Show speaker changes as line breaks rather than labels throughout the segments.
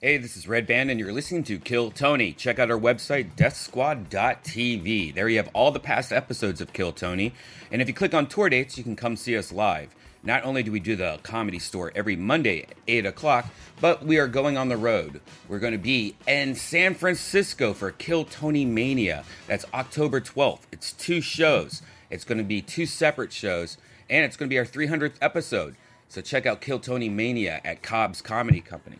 Hey, this is Red Band, and you're listening to Kill Tony. Check out our website, deathsquad.tv. There you have all the past episodes of Kill Tony. And if you click on tour dates, you can come see us live. Not only do we do the comedy store every Monday at 8 o'clock, but we are going on the road. We're going to be in San Francisco for Kill Tony Mania. That's October 12th. It's two shows, it's going to be two separate shows, and it's going to be our 300th episode. So check out Kill Tony Mania at Cobb's Comedy Company.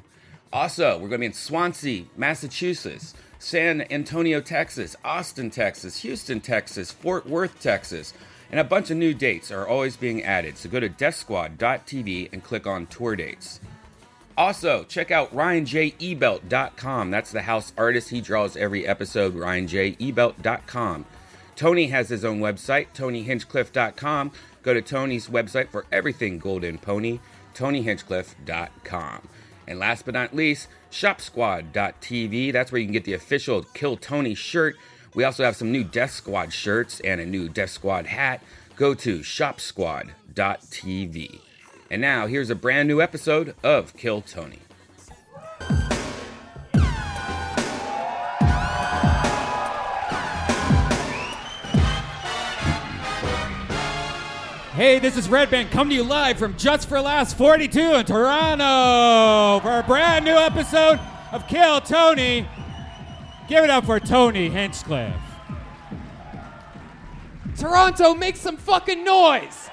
Also, we're going to be in Swansea, Massachusetts, San Antonio, Texas, Austin, Texas, Houston, Texas, Fort Worth, Texas, and a bunch of new dates are always being added. So go to DeathSquad.tv and click on tour dates. Also, check out RyanJEbelt.com. That's the house artist. He draws every episode, RyanJEbelt.com. Tony has his own website, TonyHinchcliffe.com. Go to Tony's website for everything Golden Pony, TonyHinchcliffe.com. And last but not least, ShopSquad.tv. That's where you can get the official Kill Tony shirt. We also have some new Death Squad shirts and a new Death Squad hat. Go to ShopSquad.tv. And now, here's a brand new episode of Kill Tony.
Hey, this is Red Band coming to you live from Just for Last 42 in Toronto for a brand new episode of Kill Tony. Give it up for Tony Hinchcliffe.
Toronto, make some fucking noise.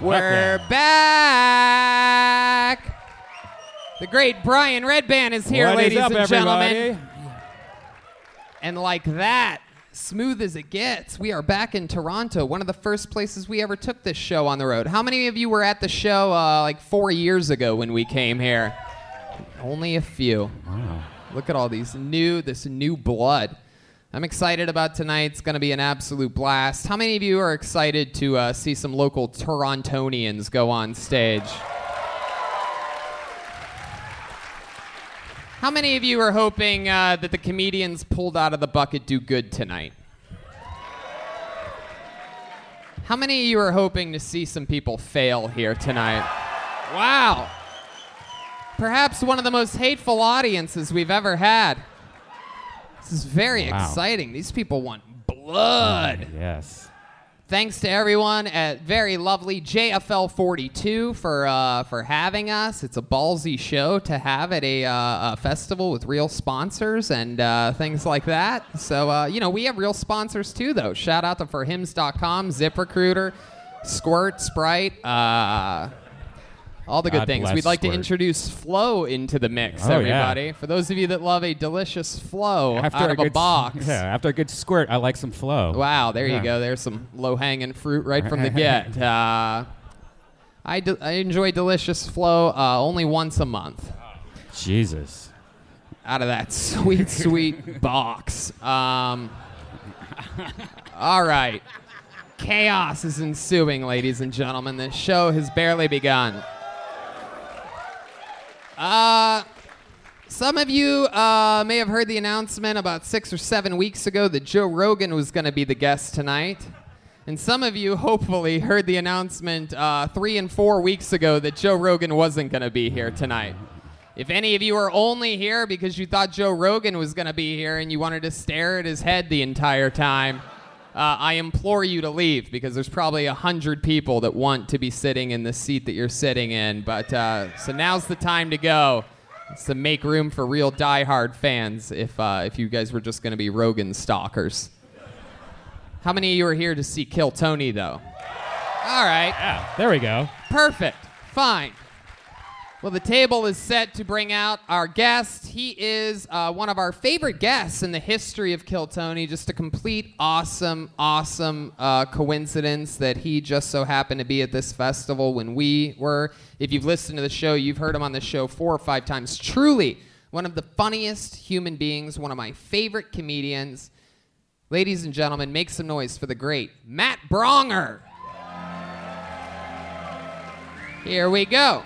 We're
yeah.
back. The great Brian Redband is here,
What is
ladies
up,
and
everybody?
gentlemen. And like that, smooth as it gets, we are back in Toronto, one of the first places we ever took this show on the road. How many of you were at the show uh, like four years ago when we came here? Only a few. Look at all these new, this new blood. I'm excited about tonight. It's going to be an absolute blast. How many of you are excited to uh, see some local Torontonians go on stage? How many of you are hoping uh, that the comedians pulled out of the bucket do good tonight? How many of you are hoping to see some people fail here tonight? Wow. Perhaps one of the most hateful audiences we've ever had. This is very
Wow.
exciting. These people want blood.
Oh, Yes.
Thanks to everyone at very lovely JFL 42 for uh, for having us. It's a ballsy show to have at a, uh, a festival with real sponsors and uh, things like that. So uh, you know we have real sponsors too, though. Shout out to forhims.com, ZipRecruiter, Squirt, Sprite. Uh, all the good
God
things.
bless
We'd like to
Squirt.
introduce Flow into the mix,
Oh, yeah.
everybody. For those of you that love a delicious Flow Oh, out of a,
good,
box,
Yeah, after a good squirt, I like some flow.
Wow, there
Yeah.
you go. There's some low hanging fruit right from the get. Uh, I, de- I enjoy Delicious Flow uh, only once a month
Jesus.
out of that sweet, sweet box. Um, all right. Chaos is ensuing, ladies and gentlemen. The show has barely begun. Uh, some of you uh, may have heard the announcement about six or seven weeks ago that Joe Rogan was going to be the guest tonight. And some of you hopefully heard the announcement uh, three and four weeks ago that Joe Rogan wasn't going to be here tonight. If any of you are only here because you thought Joe Rogan was going to be here and you wanted to stare at his head the entire time, uh, I implore you to leave because there's probably a hundred people that want to be sitting in the seat that you're sitting in. But uh, so now's the time to go. It's to make room for real diehard fans. If uh, if you guys were just going to be Rogan stalkers, how many of you are here to see Kill Tony though? All right.
Yeah, there we go.
Perfect. Fine. Well, the table is set to bring out our guest. He is uh, one of our favorite guests in the history of Kill Tony. Just a complete awesome, awesome uh, coincidence that he just so happened to be at this festival when we were. If you've listened to the show, you've heard him on the show four or five times. Truly one of the funniest human beings, one of my favorite comedians. Ladies and gentlemen, make some noise for the great Matt Bronger. Here we go.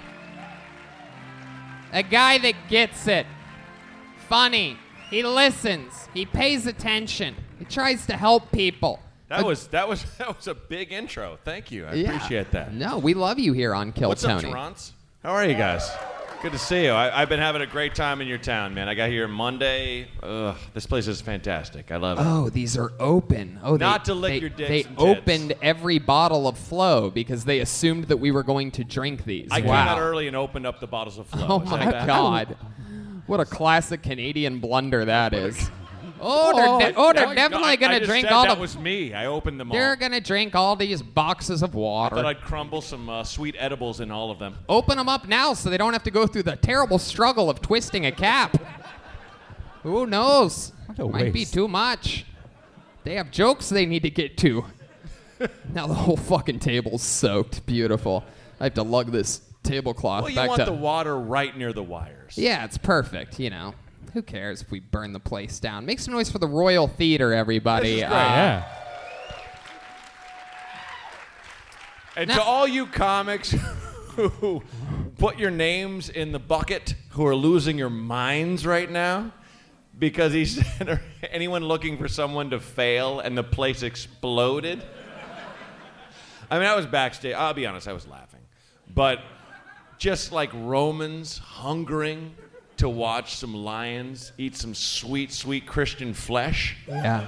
A guy that gets it. Funny. He listens. He pays attention. He tries to help people.
That was that was that was a big intro. Thank you. I
Yeah.
appreciate that.
No, we love you here on Kill
What's
Tony.
up, Toronto? How are you guys?
Good to see you. I, I've been having a great time in your town, man. I got here Monday. Ugh, this place is fantastic. I love it.
Oh, these are open. Oh, they-
Not to lick
they-
your dicks
They
and tits.
opened every bottle of Flow because they assumed that we were going to drink these.
I came
wow.
out early and opened up the bottles of Flow.
Oh
Is that
my
bad?
God! What a classic Canadian blunder that is. Oh,
Oh,
they're, de- oh,
I-
they're
no,
definitely
I-
gonna
I just
drink
said
all
that
the.
was me. I opened them all.
They're gonna drink all these boxes of
Thought
water.
I'd crumble some uh, sweet edibles in all of them.
Open them up now so they don't have to go through the terrible struggle of twisting a cap. Who knows?
What a
Might be
waste.
too much. They have jokes they need to get to. now the whole fucking table's soaked. Beautiful. I have to lug this tablecloth
Well, you
back
want
to.
the water right near the wires.
Yeah, it's perfect. You know, who cares if we burn the place down? Make some noise for the Royal Theater,
This
everybody.
is great.
Uh,
yeah.
And
Now-
to all you comics who put your names in the bucket, who are losing your minds right now, because he said anyone looking for someone to fail and the place exploded. I mean, I was backstage. I'll be honest, I was laughing. But just like Romans hungering to watch some lions eat some sweet, sweet Christian flesh,
yeah.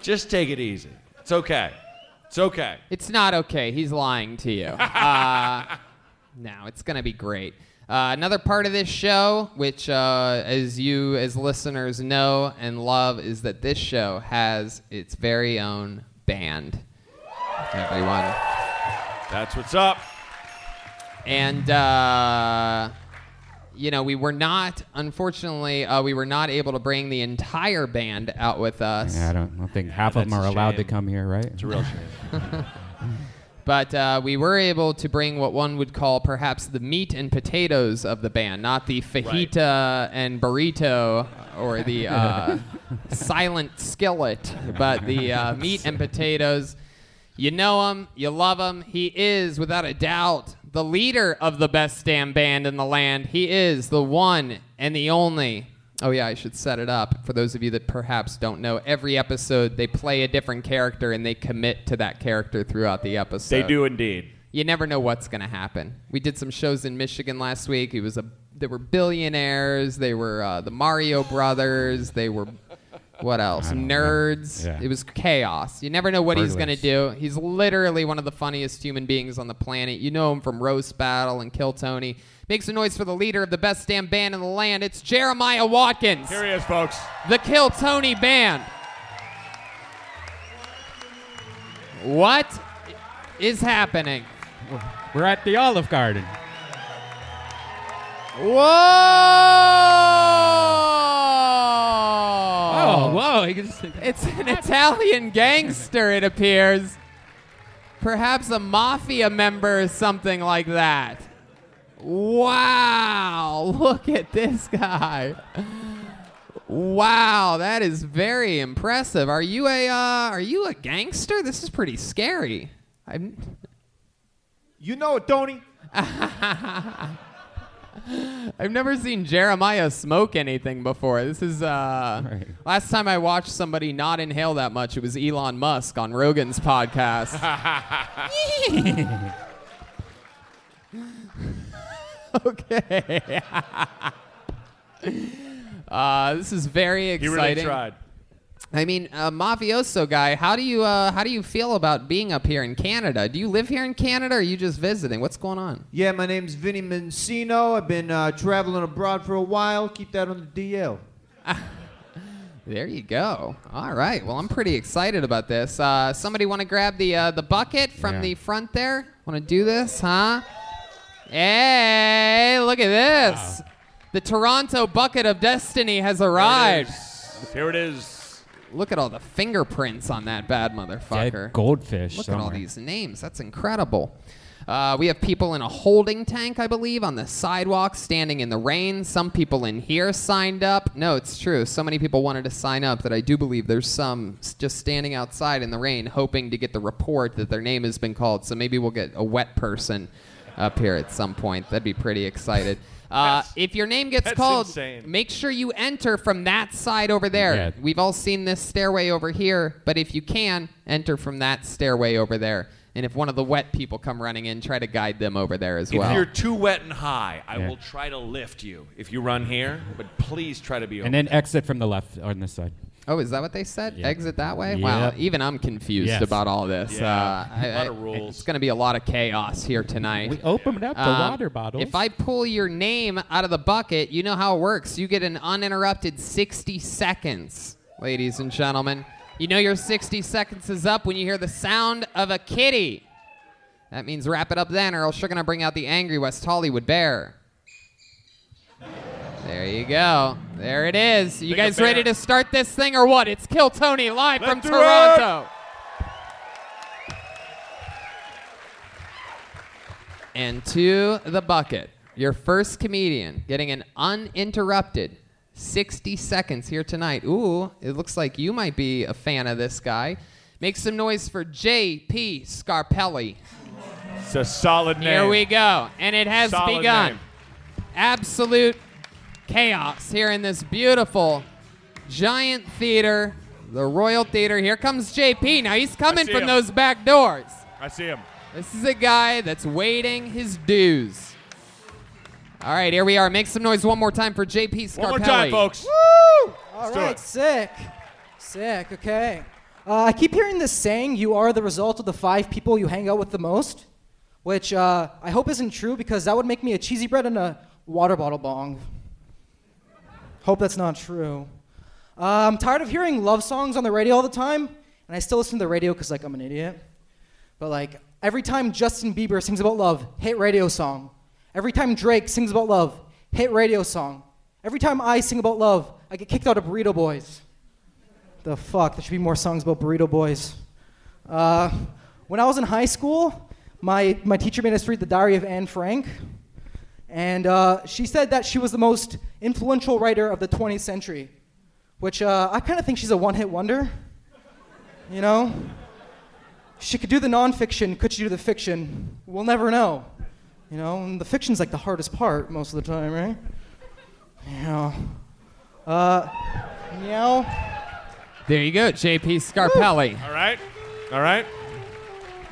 just take it easy. It's okay. It's okay.
It's not okay. He's lying to you. Uh, no, it's going to be great. Uh, another part of this show, which, uh, as you as listeners know and love, is that this show has its very own band. Everyone.
That's what's up.
and uh, you know we were not unfortunately uh, we were not able to bring the entire band out with us
Yeah, I don't, I don't think half of them
that's
are
a
allowed to
shame.
come here, right?
It's a real shame.
but uh, we were able to bring what one would call perhaps the meat and potatoes of the band not the fajita and burrito or the uh, silent skillet but the uh, meat and potatoes you know him you love him he is without a doubt the leader of the best damn band in the land he is the one and the only Oh, yeah, I should set it up. For those of you that perhaps don't know, every episode they play a different character and they commit to that character throughout the episode.
They do indeed.
You never know what's going to happen. We did some shows in Michigan last week. It was a they were billionaires, they were uh, the Mario brothers, they were what else?
don't know.
Nerds.
Yeah.
It was chaos. You never know what he's going to
Burglars.
do. He's literally one of the funniest human beings on the planet. You know him from Roast Battle and Kill Tony. Make some noise for the leader of the best damn band in the land. It's Jeremiah Watkins.
Here he is, folks.
The Kill Tony Band. What is happening?
We're at the Olive Garden. Oh,
Whoa!
whoa! You can just,
It's an Italian gangster, it appears. Perhaps a mafia member or something like that. Wow! Look at this guy. Wow, that is very impressive. Are you a uh, are you a gangster? This is pretty scary. I'm,
You know it, Tony.
I've never seen Jeremiah smoke anything before. This is uh
Right.
last time I watched somebody not inhale that much, it was Elon Musk on Rogan's podcast. okay. uh, this is very
He
exciting.
really tried.
I mean, uh, mafioso guy, how do you uh, how do you feel about being up here in Canada? Do you live here in Canada or are you just visiting? What's going on?
Yeah, my name's Vinny Mancino. I've been uh, traveling abroad for a while. Keep that on the DL.
There you go. All right. Well, I'm pretty excited about this. Uh, somebody want to grab the uh, the bucket from
Yeah.
the front there? Want to do this, huh? Hey, look at this. The Toronto bucket of destiny has arrived.
Here it is.
Look at all the fingerprints on that bad
dead
motherfucker.
goldfish.
Look at all
somewhere.
these names. That's incredible. Uh, we have people in a holding tank, I believe, on the sidewalk, standing in the rain. Some people in here signed up. No, it's true. So many people wanted to sign up that I do believe there's some s- just standing outside in the rain, hoping to get the report that their name has been called. So maybe we'll get a wet person up here at some point. That'd be pretty excited. Uh,
That's-
if your name gets
that's
called,
insane.
make sure you enter from that side over there.
Yeah.
We've all seen this stairway over here, but if you can, enter from that stairway over there. And if one of the wet people come running in, try to guide them over there as well.
If you're too wet and high, I
Yeah.
will try to lift you if you run here, but please try to be
And then exit from the left on this side.
oh, is that what they said?
Yeah.
Exit that way? Wow,
Yep.
even I'm confused
Yes.
about all this.
Yeah.
Uh, I-
Lot of
I-
rules.
It's going to be a lot of chaos here tonight.
We opened up the
Um,
water bottles.
If I pull your name out of the bucket, you know how it works. You get an uninterrupted 60 seconds, ladies and gentlemen. You know your 60 seconds is up when you hear the sound of a kitty. That means wrap it up then, or else you're going to bring out the angry West Hollywood bear. There you go. There it is. You
Think a
guys ready
bear.
to start this thing or what? It's Kill Tony live
Let's
from
do it!
Toronto. And to the bucket, your first comedian getting an uninterrupted 60 seconds here tonight. Ooh, it looks like you might be a fan of this guy. Make some noise for J.P. Scarpelli.
It's a solid name.
Here we go. And it has
Solid
begun.
name.
Absolute chaos here in this beautiful giant theater, the Royal Theater. Here comes JP. Now he's coming
see
from
him.
those back doors.
I see him.
This is a guy that's waiting his dues. All right, here we are. Make some noise one more time for JP Scarpelli.
One more time, folks.
All
do
right,
it.
sick. Sick, okay. Uh, I keep hearing this saying you are the result of the five people you hang out with the most, which uh, I hope isn't true because that would make me a cheesy bread and a water bottle bong. Hope that's not true. Uh, I'm tired of hearing love songs on the radio all the time, and I still listen to the radio because, like, I'm an idiot. But, like, every time Justin Bieber sings about love, hit radio song. Every time Drake sings about love, hit radio song. Every time I sing about love, I get kicked out of Burrito Boys. The fuck? There should be more songs about Burrito Boys. Uh, when I was in high school, my, my teacher made us read The Diary of Anne Frank. And uh, she said that she was the most influential writer of the 20th century, which uh, I kind of think she's a one hit wonder. You know? She could do the nonfiction, could she do the fiction? We'll never know. You know, and the fiction's like the hardest part most of the time, right? Yeah. Uh, you know?
There you go, JP Scarpelli.
All right. All right.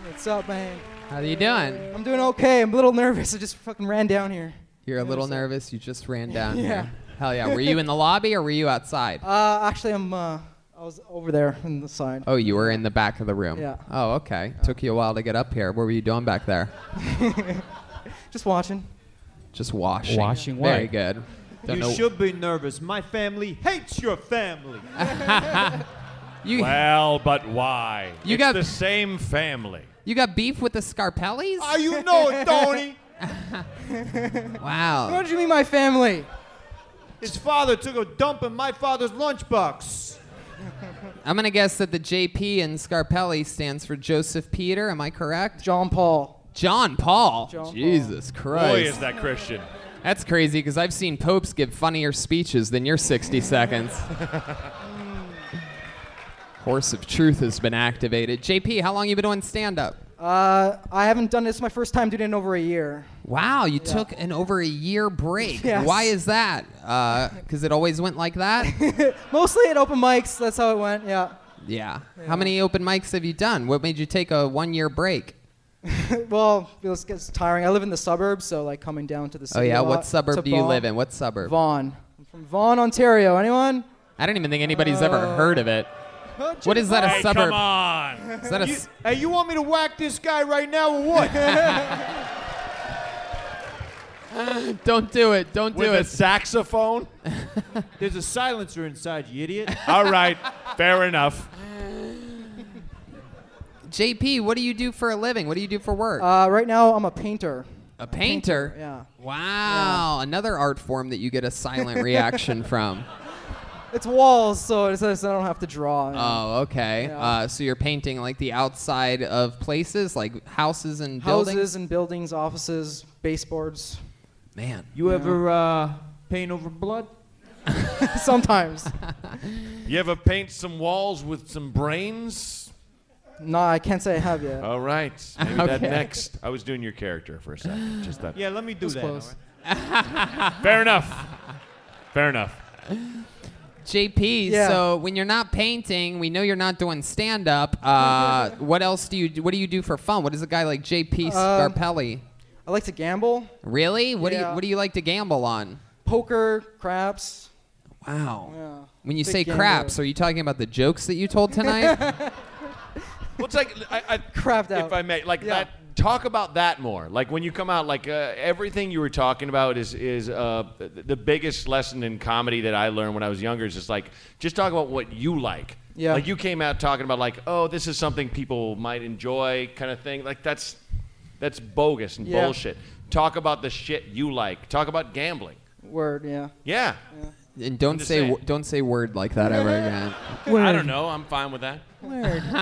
What's up, man?
How are you doing?
I'm doing okay. I'm a little nervous. I just fucking ran down here.
You're a little nervous. You just ran down
Yeah.
here. Hell yeah. Were you in the lobby or were you outside?
Uh, actually, I'm. Uh, I was over there on the side.
Oh, you were in the back of the room.
Yeah.
Oh, okay. Took you a while to get up here. What were you doing back there?
Just watching.
Just washing.
Washing
Very
what?
good. Don't know-
You should be nervous. My family hates your family.
You,
Well, but why?
You
it's
got-
the same family.
you got beef with the Scarpellis?
Are you know it, Tony?
What
wow.
do you mean, my family?
His father took a dump in my father's lunchbox.
I'm going to guess that the JP in Scarpelli stands for Joseph Peter. Am I correct?
John Paul.
John Paul.
John Paul.
Jesus
Boy,
Christ.
is that Christian.
That's crazy because I've seen popes give funnier speeches than your 60 seconds. Horse of Truth has been activated. JP, how long you been doing stand up?
Uh, I haven't done this. It's my first time doing it in over a year.
Wow, you took an over a year break.
Yes.
Why is that? Because it always went like that?
Mostly at open mics. That's how it went. Yeah.
yeah. How many open mics have you done? What made you take a one year break?
well, it was- it's tiring. I live in the suburbs, so like coming down to the
Oh,
city.
yeah.
a lot
What
to
suburb do you
Vaughan-
live in? What suburb?
Vaughan. I'm from Vaughan, Ontario. Anyone?
I don't even think anybody's
Uh,
ever heard of it. What is that a
Hey,
suburb?
come on.
Is that a
You-
s-
hey, you want me to whack this guy right now or what?
don't do it. Don't
With
do
a
it.
saxophone?
There's a silencer inside, you idiot.
All right. Fair enough.
JP, what do you do for a living? What do you do for work?
Uh, right now, I'm a painter.
a painter.
Yeah.
Wow. Another art form that you get a silent reaction from.
It's walls, so it's, it's, I don't have to draw. you know.
Oh, okay.
Yeah.
Uh, so you're painting like the outside of places, like houses and
Houses
buildings.
and buildings, offices, baseboards.
Man,
You ever uh, paint over blood?
Sometimes.
You ever paint some walls with some brains?
no, I can't say I have yet.
All right. Maybe that
Okay.
next. I was doing your character for a second. Just that.
Yeah, let me do
It's
that.
close.
all right?
Fair enough. Fair enough.
JP,
Yeah.
so when you're not painting, we know you're not doing stand up. Uh, what else do you do? What do you do for fun? What is a guy like JP
Um,
Scarpelli?
I like to gamble,
Really? What do
yeah.
you what do you like to gamble on?
poker, craps.
Wow.
Yeah.
When you
Big
say
gambler.
craps, are you talking about the jokes that you told tonight?
Well, it's like I, I
Crapped out.
If I may, like
Yeah.
that. Talk about that more. Like when you come out, like uh, everything you were talking about is is uh, th- the biggest lesson in comedy that I learned when I was younger. Is just like just talk about what you like.
Yeah.
Like you came out talking about like oh this is something people might enjoy kind of thing. Like that's that's bogus and
Yeah.
bullshit. Talk about the shit you like. Talk about gambling.
Word, yeah.
Yeah.
and don't
just
say
saying.
wo- don't say word like that ever again.
I don't know. I'm fine with that.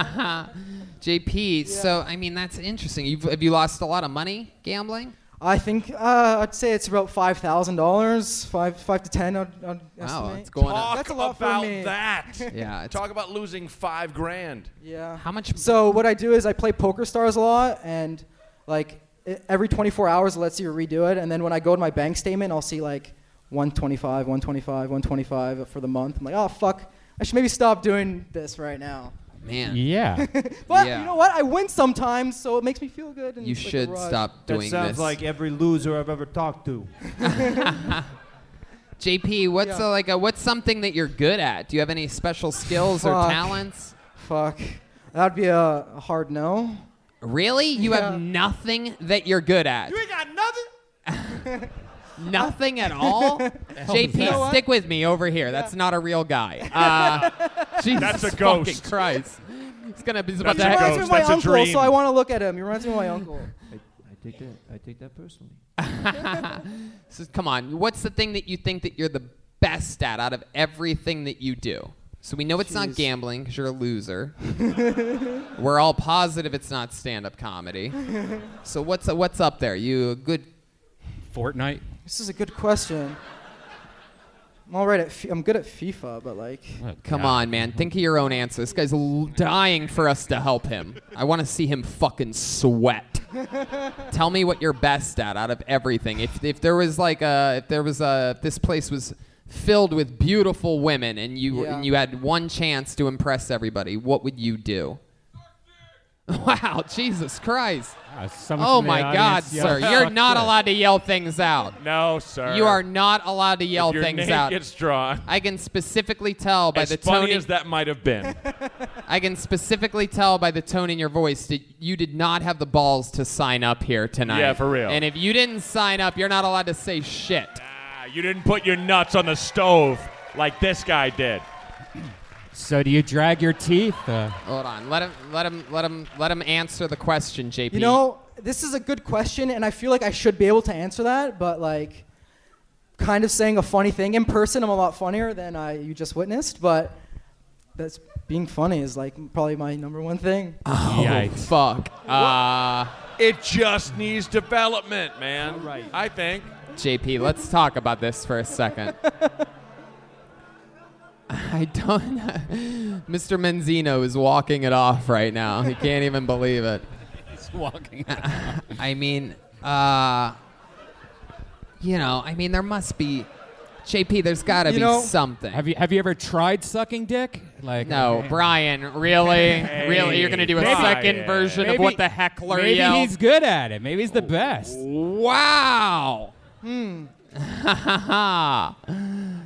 JP, so I mean that's interesting. You've, have you lost a lot of money gambling?
I think uh, I'd say it's about five thousand dollars, five five to ten. I'd, I'd
Wow,
estimate.
it's going up.
Talk
That's a lot for
about
me.
that.
Yeah, it's-
Talk about losing five grand.
Yeah.
How much?
So what I do is I play Poker Stars a lot, and like e- every 24 hours, it lets you redo it. And then when I go to my bank statement, I'll see like 125, 125, 125 for the month. I'm like, oh fuck, I should maybe stop doing this right now.
man,
Yeah.
But
Yeah.
you know what? I win sometimes, so it makes me feel good. And
you
it's like a
should
rush.
stop
That
doing
sounds
this.
like every loser I've ever talked to.
JP, what's
Yeah.
uh like a, what's something that you're good at? Do you have any special skills or
Fuck.
talents?
Fuck, that'd be a a hard no.
Really? You
Yeah.
have nothing that you're good at?
ain't got nothing.
Nothing at all? JP, stick with me over here. That's not a real guy. Uh, Jesus
That's a
fucking
ghost.
Christ. He's gonna be he's about
That's
to
a ghost.
reminds me of my
That's a
uncle,
dream.
so I want to look at him. He reminds me of my uncle.
I, I take that. I take that personally.
So, come on. What's the thing that you think that you're the best at out of everything that you do? So we know it's not
Jeez.
gambling because you're a loser. We're all positive it's not stand-up comedy. So what's what's up there? You a good?
Fortnite.
This is a good question. I'm all right at. Fi- I'm good at FIFA, but like,
Come on, man. Think of your own answer. This guy's l- dying for us to help him. I want to see him fucking sweat. Tell me what you're best at out of everything. If if there was like a if there was a if this place was filled with beautiful women and you
Yeah.
and you had one chance to impress everybody, what would you do? Wow, Jesus Christ.
Uh,
Oh my God, sir. You're not allowed to yell things out.
No, sir.
You are not allowed to yell
Your
things
name
out.
gets drawn.
I can specifically tell by
as
the
funny
tone. in-
as that might have been.
I can specifically tell by the tone in your voice that you did not have the balls to sign up here tonight.
Yeah, for real.
And if you didn't sign up, you're not allowed to say shit.
Ah, you didn't put your nuts on the stove like this guy did.
So do you drag your teeth? Uh,
Hold on. Let him let him let him let him answer the question, JP.
you know, this is a good question, and I feel like I should be able to answer that. But like, kind of saying a funny thing in person, I'm a lot funnier than I you just witnessed. But that's being funny is like probably my number one thing.
Yikes.
Oh, Fuck. Uh,
it just needs development, man. Right. I think.
JP, let's talk about this for a second. I don't. Mr. Menzino is walking it off right now. He can't even believe it.
walking.
I mean, uh, you know, I mean, there must be, JP. There's got to
You
be
know-
something.
Have you have you ever tried sucking dick? Like
no, Brian, really, really, you're gonna do a
Brian.
second version of what the heckler
Maybe
yelled?
he's good at it. Maybe he's the best.
wow. Hmm.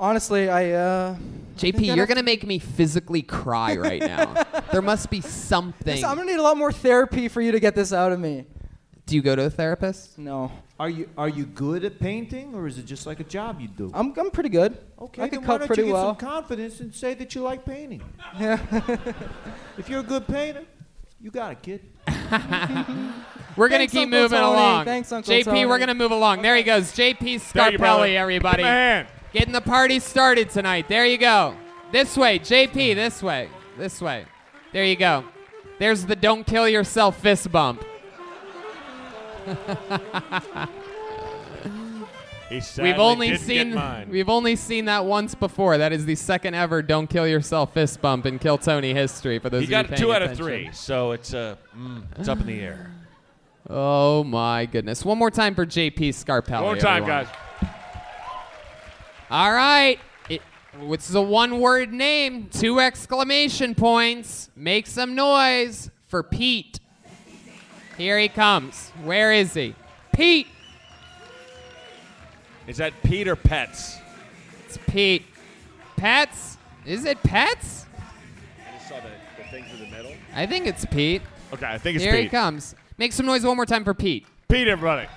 Honestly, I uh, think
JP,
that
you're
I've-
gonna make me physically cry right now. there must be something.
so I'm gonna need a lot more therapy for you to get this out of me.
Do you go to a therapist?
No,
Are you are you good at painting, or is it just like a job you do?
I'm I'm pretty good.
okay,
I
then
can
why
cut
don't
pretty
you get
well.
some confidence and say that you like painting? if you're a good painter, you got it, kid.
We're gonna
Thanks,
keep
Uncle
moving
Tony.
along.
Thanks, Uncle
JP, we're
Tony.
gonna move along. There he goes. JP
Thank you, brother.
Scarpelli, everybody.
Give him a hand.
Getting the party started tonight. There you go. This way, JP, this way, this way. There you go. There's the don't kill yourself fist bump.
He
we've only
didn't get
seen
mine.
we've only seen that once before. That is the second ever don't kill yourself fist bump in Kill Tony history for those
He
of you
got
paying
two out of
attention.
three, so it's uh, mm, it's up in the air.
Oh my goodness. One more time for JP Scarpelli.
One more time,
everyone.
guys.
All right. It, Which is a one word name, two exclamation points. Make some noise for Pete. Here he comes. Where is he? Pete!
Is that Peter Pets?
It's Pete. Pets? Is it Pets? I think it's Pete.
Okay, I think it's
Here
Pete.
he comes. Make some noise one more time for Pete.
Pete, everybody.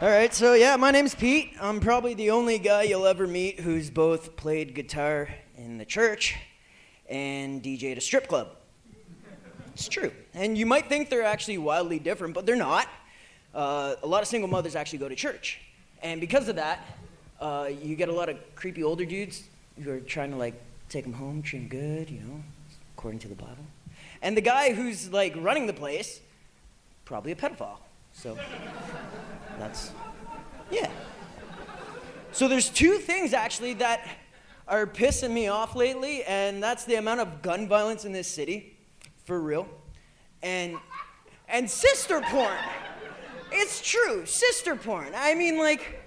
All right, so yeah, my name's Pete. I'm probably the only guy you'll ever meet who's both played guitar in the church and DJed a strip club. It's true. And you might think they're actually wildly different, but they're not. Uh, a lot of single mothers actually go to church. And because of that, uh, you get a lot of creepy older dudes who are trying to like take them home, treat them good, you know, according to the Bible. And the guy who's like running the place, probably a pedophile. So. That's yeah. So there's two things actually that are pissing me off lately, and that's the amount of gun violence in this city, for real, and and sister porn. It's true, sister porn. I mean, like,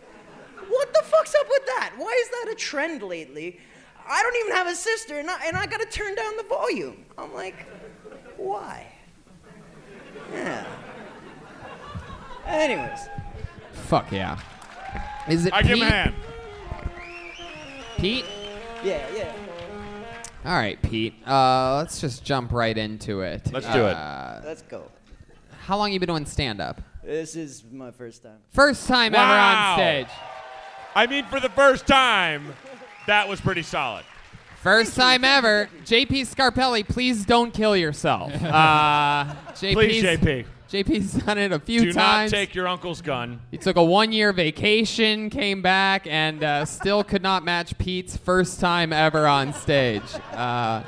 what the fuck's up with that? Why is that a trend lately? I don't even have a sister, and I, and I gotta turn down the volume. I'm like, why? Yeah. Anyways.
Fuck yeah. Is it
I
Pete?
give him a hand.
Pete?
Yeah, yeah.
All right, Pete. Uh, let's just jump right into it. Uh,
Let's do it.
Let's go.
How long you been doing stand up?
This is my first time.
First time
Wow.
ever on stage.
I mean, for the first time, that was pretty solid.
First time ever. JP Scarpelli, please don't kill yourself. Uh, JP's,
Please, JP,
JP's done it a few
do not
times.
take your uncle's gun.
he took a one year vacation, came back, and uh, still could not match Pete's first time ever on stage. Uh,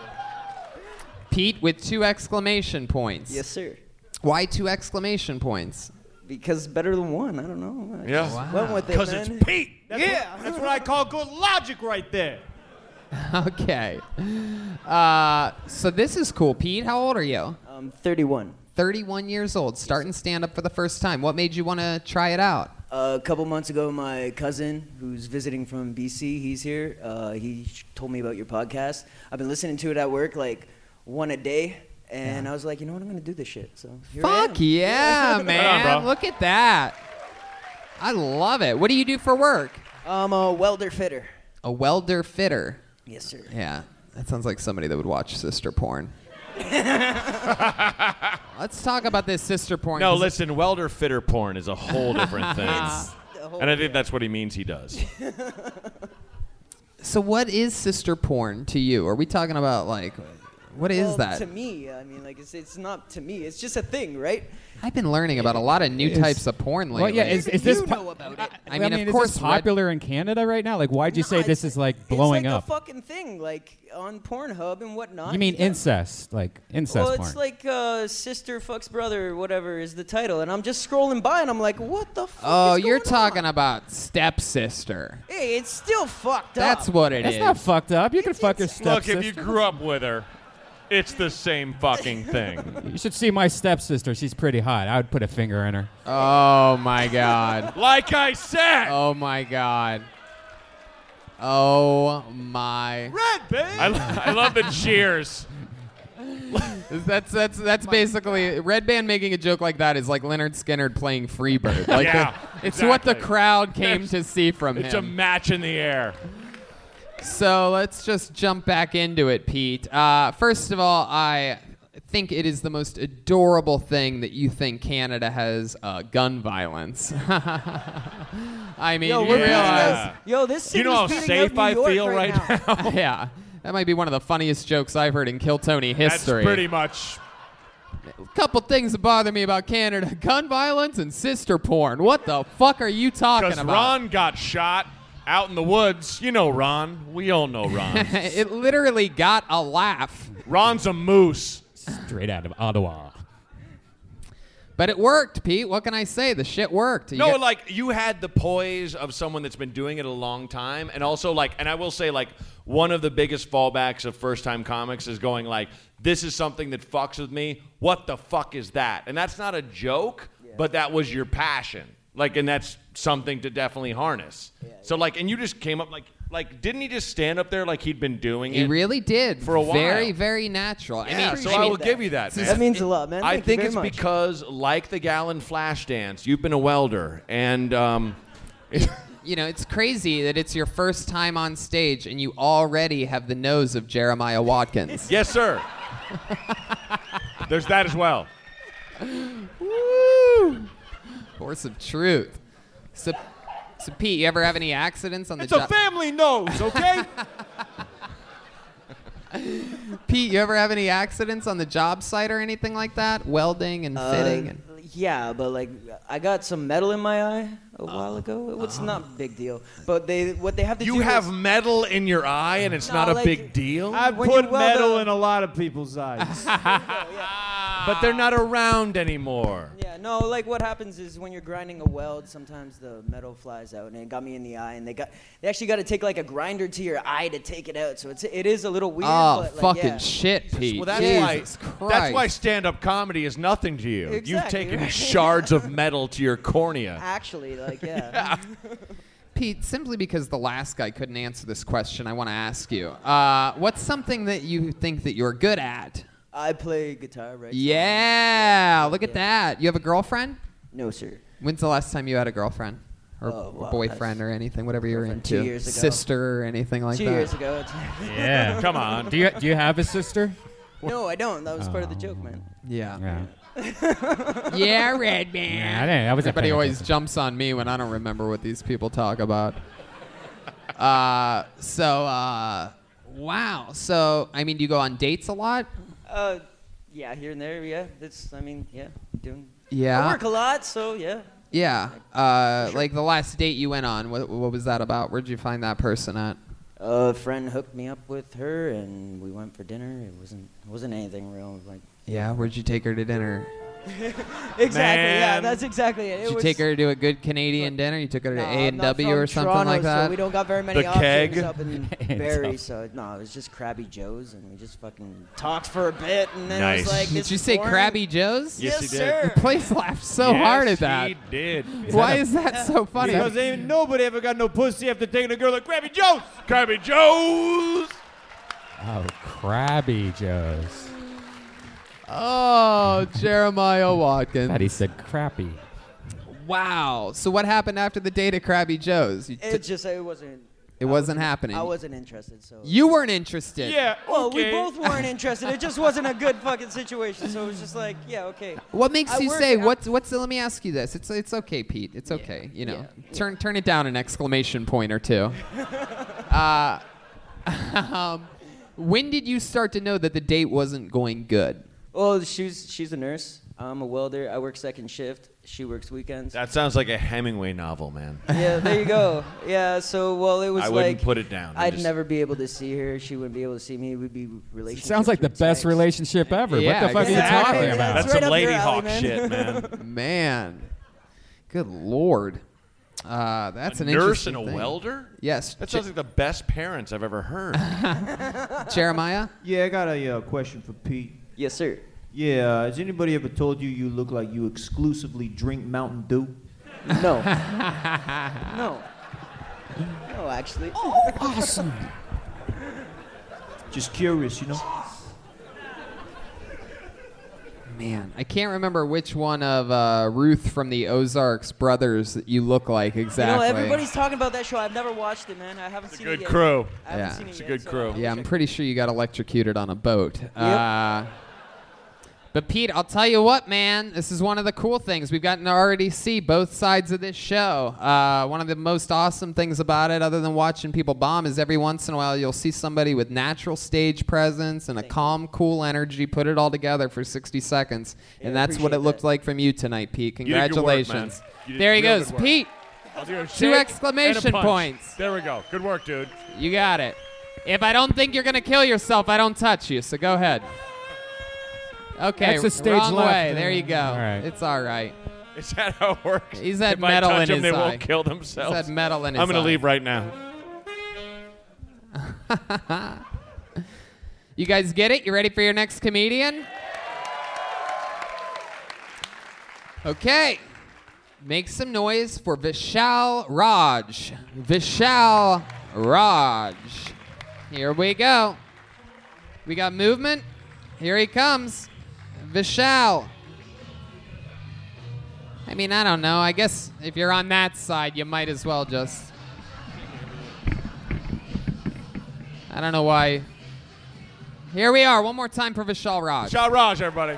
Pete with two exclamation points.
Yes, sir.
Why two exclamation points?
Because better than one. I don't know. I
Yeah.
just Went with it,
Because
man.
it's Pete.
yeah, that's what I call good logic right there.
Okay. Uh, so this is cool, Pete. How old are you?
I'm 31.
31 years old, starting stand up for the first time. What made you want to try it out?
a couple months ago, my cousin, who's visiting from BC, he's here. Uh, he sh- told me about your podcast. I've been listening to it at work, like one a day, and I was like, you know what, I'm gonna do this shit. So here I
Fuck
am.
yeah, man.
bro.
Look at that. I love it. What do you do for work?
I'm a welder fitter.
A welder fitter.
Yes, sir.
Yeah, that sounds like somebody that would watch sister porn. Let's talk about this sister porn.
No,
'cause
listen, welder fitter porn is a whole different thing.
The whole-
and I think that's what he means he does.
So, what is sister porn to you? Are we talking about like, what is
Well,
that?
To me, I mean, like it's, it's not to me. It's just a thing, right?
I've been learning about a lot of new
Is-
types of porn lately.
Well, yeah, is, is this
You
po-
know about it.
I mean, of
is
course,
this
web-
popular in Canada right now. Like, why'd you
No,
say
it's-
this is like blowing
it's like
up?
A fucking thing, like on Pornhub and whatnot.
you mean
gotta-
incest, like incest
Well,
porn?
it's like uh, sister fucks brother, or whatever is the title, and I'm just scrolling by, and I'm like, what the fuck?
Oh,
is
you're
going
talking
on?
about stepsister.
Hey, it's still fucked
That's
up.
what it is.
That's not fucked up. You can fuck your
Look,
stepsister.
if you grew up with her, it's the same fucking thing.
you should see my stepsister. She's pretty hot. I would put a finger in her.
Oh my god.
like I said,
Oh my god. Oh my.
I, lo- I love the cheers.
That's that's that's basically Red Band making a joke like that is like Leonard Skinner playing Freebird. Like
Yeah,
the- it's what the
exactly.
crowd came to see from
It's a
him.
match in the air.
so let's just jump back into it, Pete. Uh, first of all, I think it is the most adorable thing that you think Canada has uh, gun violence. I mean,
Yo,
you
we're beating
realize-
Yeah.
those- Yo, this
You
city's
know how
beating
safe
out New
I
York
feel
right, now.
yeah. That might be one of the funniest jokes I've heard in Kill Tony
That's
history.
pretty much
Couple things that bother me about Canada: gun violence and sister porn. What the fuck are you talking
because
about?
Ron got shot out in the woods. You know Ron. We all know Ron.
it literally got a laugh,
Ron's a moose.
Straight out of Ottawa.
but it worked, Pete. What can I say? The shit worked. You
No,
got-
like you had the poise of someone that's been doing it a long time, and also like, and I will say like one of the biggest fallbacks of first-time comics is going like, "This is something that fucks with me. What the fuck is that?" And that's not a joke, but that was your passion. Like, and that's something to definitely harness. So, like, and you just came up like, like, didn't he just stand up there like he'd been doing
He
it?
really did.
For a
Very,
while.
very
yeah,
natural. I mean,
so
appreciate
I will
that.
give you that, man.
That means a lot, man.
I
Thank you
think
very
it's
much.
because, like the Gallon Flash dance, you've been a welder, and um,
you know, it's crazy that it's your first time on stage and you already have the nose of Jeremiah Watkins.
yes, sir. There's that as well.
Woo! Force of truth. So, so Pete, you ever have any accidents on the job?
family knows, okay?
Pete, you ever have any accidents on the job site or anything like that? Welding and fitting. And-
Yeah, Uh, but like I got some metal in my eye a while ago. It was not a big deal. But they what they have to do
You have
is,
metal in your eye, and it's
No,
not a
like-
big deal.
I
When
put
you weld
metal
a-
in a lot of people's eyes.
but they're not around anymore.
Yeah, no, like what happens is when you're grinding a weld, sometimes the metal flies out and it got me in the eye and they got they actually got to take like a grinder to your eye to take it out. So it's it is a little weird,
oh,
but like,
fucking
yeah.
shit, Pete.
Well, that's
Jesus
why.
Christ.
That's why stand-up comedy is nothing to you. You've
Exactly,
taken
right.
shards of metal to your cornea.
Actually, like yeah.
Pete, simply because the last guy couldn't answer this question, I want to ask you. Uh, what's something that you think that you're good at?
I play guitar, right?
Yeah, look at that. You have a girlfriend?
No, sir.
When's the last time you had a girlfriend? Or
Oh, wow,
boyfriend or anything, whatever you're
Boyfriend,
into.
two years ago.
Sister or anything like
Two
that.
years ago.
yeah.
Come on.
Do you, do you have a sister?
no, I don't. That was part of the joke, man.
Yeah.
Yeah.
Yeah, red man.
Yeah, I didn't- I wasn't
Everybody
paying
always
attention.
jumps on me when I don't remember what these people talk about. Uh, so, uh, wow. So, I mean, do you go on dates a lot?
Uh, yeah, here and there. Yeah, that's. I mean, yeah, doing.
Yeah.
I work a lot, so yeah.
Yeah. Uh, Like the last date you went on, what, what was that about? Where'd you find that person at?
A friend hooked me up with her, and we went for dinner. It wasn't it wasn't anything real. Like
Yeah, where'd you take her to dinner?
exactly, yeah,
Man.
that's exactly it. it
Did you
was,
take her to a good Canadian dinner? You took her to
Nah, I'm
A and
not
W
from
or something
Toronto,
like that.
So we don't got very many
The
options
keg.
up in Barrie, so no, it was just Krabby Joe's, and we just fucking talked for a bit, and then it
Nice.
was like,
Did
this
you
is
say
boring.
Krabby Joe's?
Yes,
he did.
sir.
The place laughed so
Yes,
hard at that.
He did.
Why is that so funny?
because ain't nobody ever got no pussy after taking a girl like Krabby Joe's.
Krabby Joe's.
Oh, Krabby Joe's.
Oh, Jeremiah
That he
Watkins.
said crappy.
Wow. So what happened after the date at Krabby Joe's? You t-
It just it wasn't.
it wasn't happening.
I wasn't interested, so.
you weren't interested.
Yeah.
well, we both weren't interested. It just wasn't a good fucking situation. So it was just like, yeah, okay.
What makes
I
you
work
say
out-
what's what's let me ask you this. It's it's okay, Pete. It's okay. You know. Turn turn it down an exclamation point or two. uh, um, when did you start to know that the date wasn't going good?
Well, she's she's a nurse. I'm a welder. I work second shift. She works weekends.
That sounds like a Hemingway novel, man.
yeah, there you go. Yeah, so well, it was
I wouldn't
like
put it down. I
I'd
just-
never be able to see her. She wouldn't be able to see me. We'd be relationship.
Sounds like the best
relationship.
relationship ever.
Yeah,
what the fuck
exactly.
are you talking
Yeah,
about?
That's
That's right
some
up your
lady
alley,
hawk
man.
shit, man.
Man. Good lord. Uh, that's an
Nurse
interesting
and a
thing.
welder.
Yes.
That
Je-
sounds like the best parents I've ever heard.
Jeremiah?
Yeah, I got a uh, question for Pete.
Yes, sir.
Yeah, uh, has anybody ever told you you look like you exclusively drink Mountain Dew?
No. no. No, actually.
Oh,
Just curious, you know?
Man, I can't remember which one of uh, Ruth from the Ozarks brothers that you look like
You know,
exactly.
everybody's talking about that show. I've never watched it, man. I haven't seen it yet. I haven't
Yeah.
seen it
It's
a
yet,
good
so
crew.
I
yeah,
wish
I'm
I
pretty sure you got electrocuted on a boat. Uh, but Pete, I'll tell you what, man, this is one of the cool things. We've gotten to already see both sides of this show. Uh, one of the most awesome things about it, other than watching people bomb, is every once in a while you'll see somebody with natural stage presence and a calm, cool energy put it all together for 60 seconds. and that's what
appreciate
it looked
that.
like from you tonight, Pete.
did good work, man.
Congratulations.
You did
there he
real
goes,
good work.
Pete.
I'll do a shake
Two
and a
exclamation
punch.
points.
There we go. Good work, dude.
You got it. If I don't think you're gonna kill yourself, I don't touch you. So go ahead. Okay,
That's a stage
wrong
left.
way. There you go.
All right.
It's all right.
Is that how it works?
He's had
if
metal
I touch
in
them,
his
they
eye.
won't kill
It's
themselves.
that metal in his
I'm gonna
eye.
leave right now.
You guys get it? You ready for your next comedian? Okay. Make some noise for Vishal Raj. Vishal Raj. Here we go. We got movement. Here he comes. Vishal. I mean, I don't know. I guess if you're on that side, you might as well just. I don't know why. Here we are. One more time for Vishal Raj.
Shah Raj, everybody.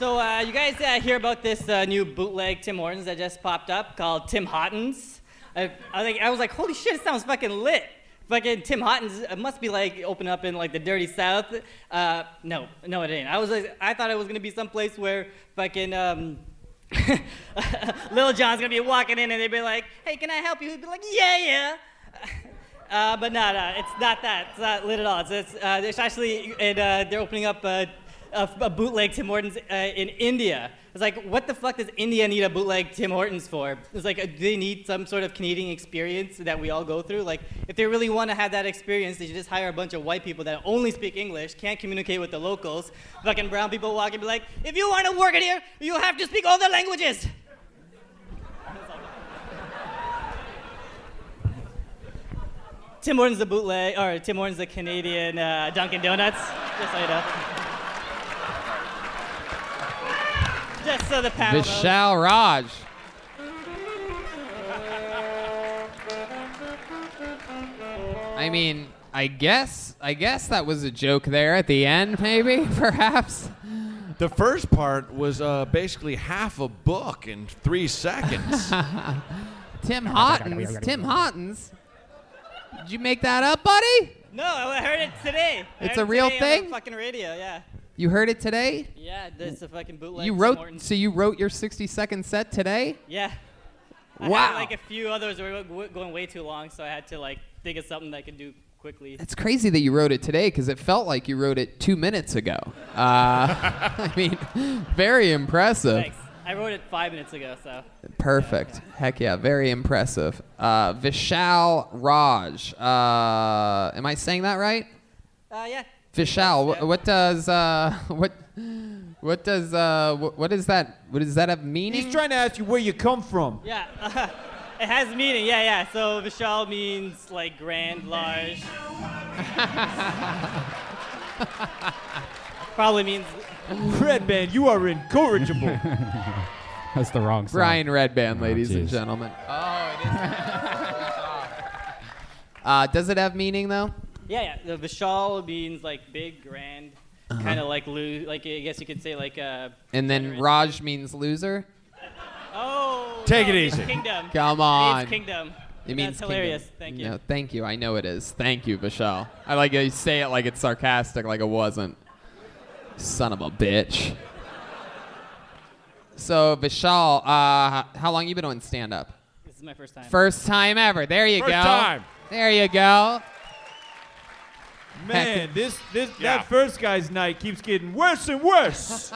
So uh, you guys uh, hear about this uh, new bootleg Tim Hortons that just popped up called Tim Hortons? I, I, was like, I was like, holy shit, it sounds fucking lit. Fucking Tim Hortons it must be like open up in like the dirty South. Uh, no, no, it ain't. I was like, I thought it was gonna be someplace where fucking um, Lil John's gonna be walking in and they'd be like, hey, can I help you? He'd be like, yeah, yeah. Uh, but no, no, it's not that. It's not lit at all. It's, it's, uh, it's actually, and, uh, they're opening up a, a, a bootleg Tim Hortons uh, in India. It's like, what the fuck does India need a bootleg Tim Hortons for? It's like, uh, do they need some sort of Canadian experience that we all go through? Like, if they really want to have that experience, they should just hire a bunch of white people that only speak English, can't communicate with the locals. Fucking brown people walk and be like, if you want to work in here, you have to speak all the languages. Tim Hortons the bootleg, or Tim Hortons the Canadian uh, Dunkin' Donuts. Just so you know. Just so the panel knows.
Vishal Raj. I mean, I guess I guess that was a joke there at the end, maybe, perhaps.
The first part was uh, basically half a book in three seconds.
Tim Hortons. Tim Hortons. Did you make that up, buddy?
No, I heard it today. I
It's
heard
a real
today on the
thing?
fucking radio, yeah.
You heard it today?
Yeah, that's a fucking bootleg.
You
Tim
wrote
Hortons.
so you wrote your 60 second set today?
Yeah. I
Wow.
had like a few others that were w- going way too long, so I had to like think of something that I could do quickly.
It's crazy that you wrote it today because it felt like you wrote it two minutes ago. Uh, I mean, very impressive.
Thanks. I wrote it five minutes ago, so.
Perfect. Heck yeah, very impressive. Uh, Vishal Raj. Uh, am I saying that right?
Uh, yeah.
Vishal. What, what does uh, what what does uh, what, what is that? What does that have meaning?
He's trying to ask you where you come from.
Yeah. it has meaning, yeah, yeah. So Vishal means like grand, large. Probably means
Red Band, you are incorrigible.
That's the wrong
uh,
song.
Brian Redband, ladies and
Oh, jeez.
gentlemen. Oh, it is. uh, does it have meaning though?
Yeah, yeah. The Vishal means like big, grand,
Uh-huh.
kind of like loo Like I guess you could say like uh.
And then Raj means loser.
Oh.
Take
no,
it
means
easy.
Kingdom.
Come
It
on.
means kingdom.
It means
That's hilarious.
kingdom.
Thank you.
No, thank you. I know it is. Thank you, Vishal. I like how you say it like it's sarcastic, like it wasn't. Son of a bitch. So Vishal, uh, h- how long you been on stand up?
This is my first time.
First time ever. There you
First
go.
time.
There you go.
Man, this this
Yeah.
that first guy's night keeps getting worse and worse.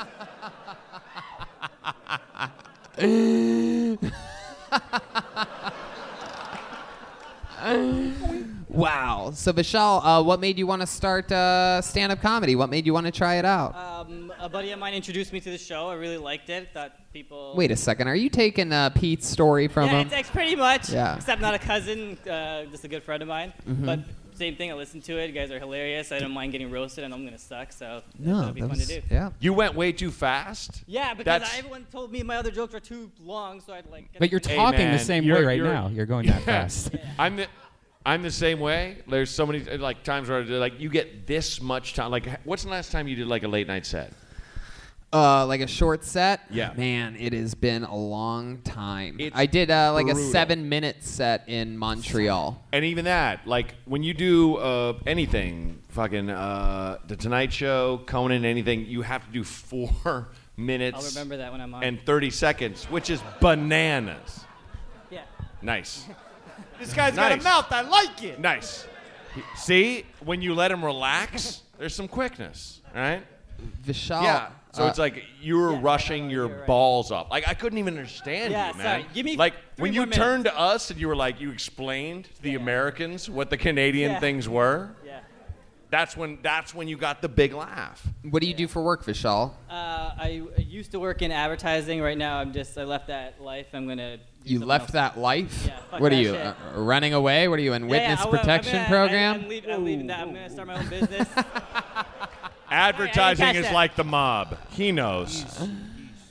Wow. So Vishal, uh, what made you want to start uh, stand up comedy? What made you want to try it out?
Um, a buddy of mine introduced me to the show. I really liked it. Thought people.
Wait a second. Are you taking uh, Pete's story from
Yeah,
him?
it's, it's pretty much.
Yeah. Mm-hmm.
Except not a cousin, uh, just a good friend of mine. But same thing. I listened to it. You guys are hilarious. I don't mind getting roasted, and I'm gonna suck. So that'll be
that
fun
was-
to do.
yeah.
You went way too fast.
Yeah, because
That's-
everyone told me my other jokes are too long, so I'd like.
But you're
Hey,
talking
man,
the same
you're-
way right
you're-
now. You're going that fast.
I'm the, I'm the same way. There's so many uh, like times where I do, like you get this much time. Like, what's the last time you did like a late night set?
Uh, like a short set.
Yeah.
Man, it has been a long time.
It's
I did uh, like
brutal.
a seven-minute set in Montreal.
And even that, like when you do uh, anything, fucking uh, the Tonight Show, Conan, anything, you have to do four minutes.
I'll remember that when I'm on.
And 30 seconds, which is bananas.
yeah.
Nice,
this guy's got
Nice.
a mouth. I like it.
nice. See, when you let him relax, there's some quickness, right?
Vishal.
Yeah. So
uh,
it's like you're rushing your
right.
balls off. Like I couldn't even understand
Yeah,
you, man.
sorry. Give me
like
three
when you
more minutes.
turned to us and you were like you explained to the Americans what the Canadian
Yeah.
things were.
Yeah.
That's when that's when you got the big laugh.
What do you do for work, Vishal?
Uh, I I used to work in advertising. Right now, I'm just I left that life. I'm gonna. do
You
something
left
else.
that life.
Yeah, fuck
what are
that
you
shit.
uh, running away? What are you in
Yeah, yeah,
witness
I- I'm
protection
gonna- I-
program?
I'm, leav- I'm leaving that. I'm gonna start my own business.
Advertising
catch
is
that.
like the mob. He knows.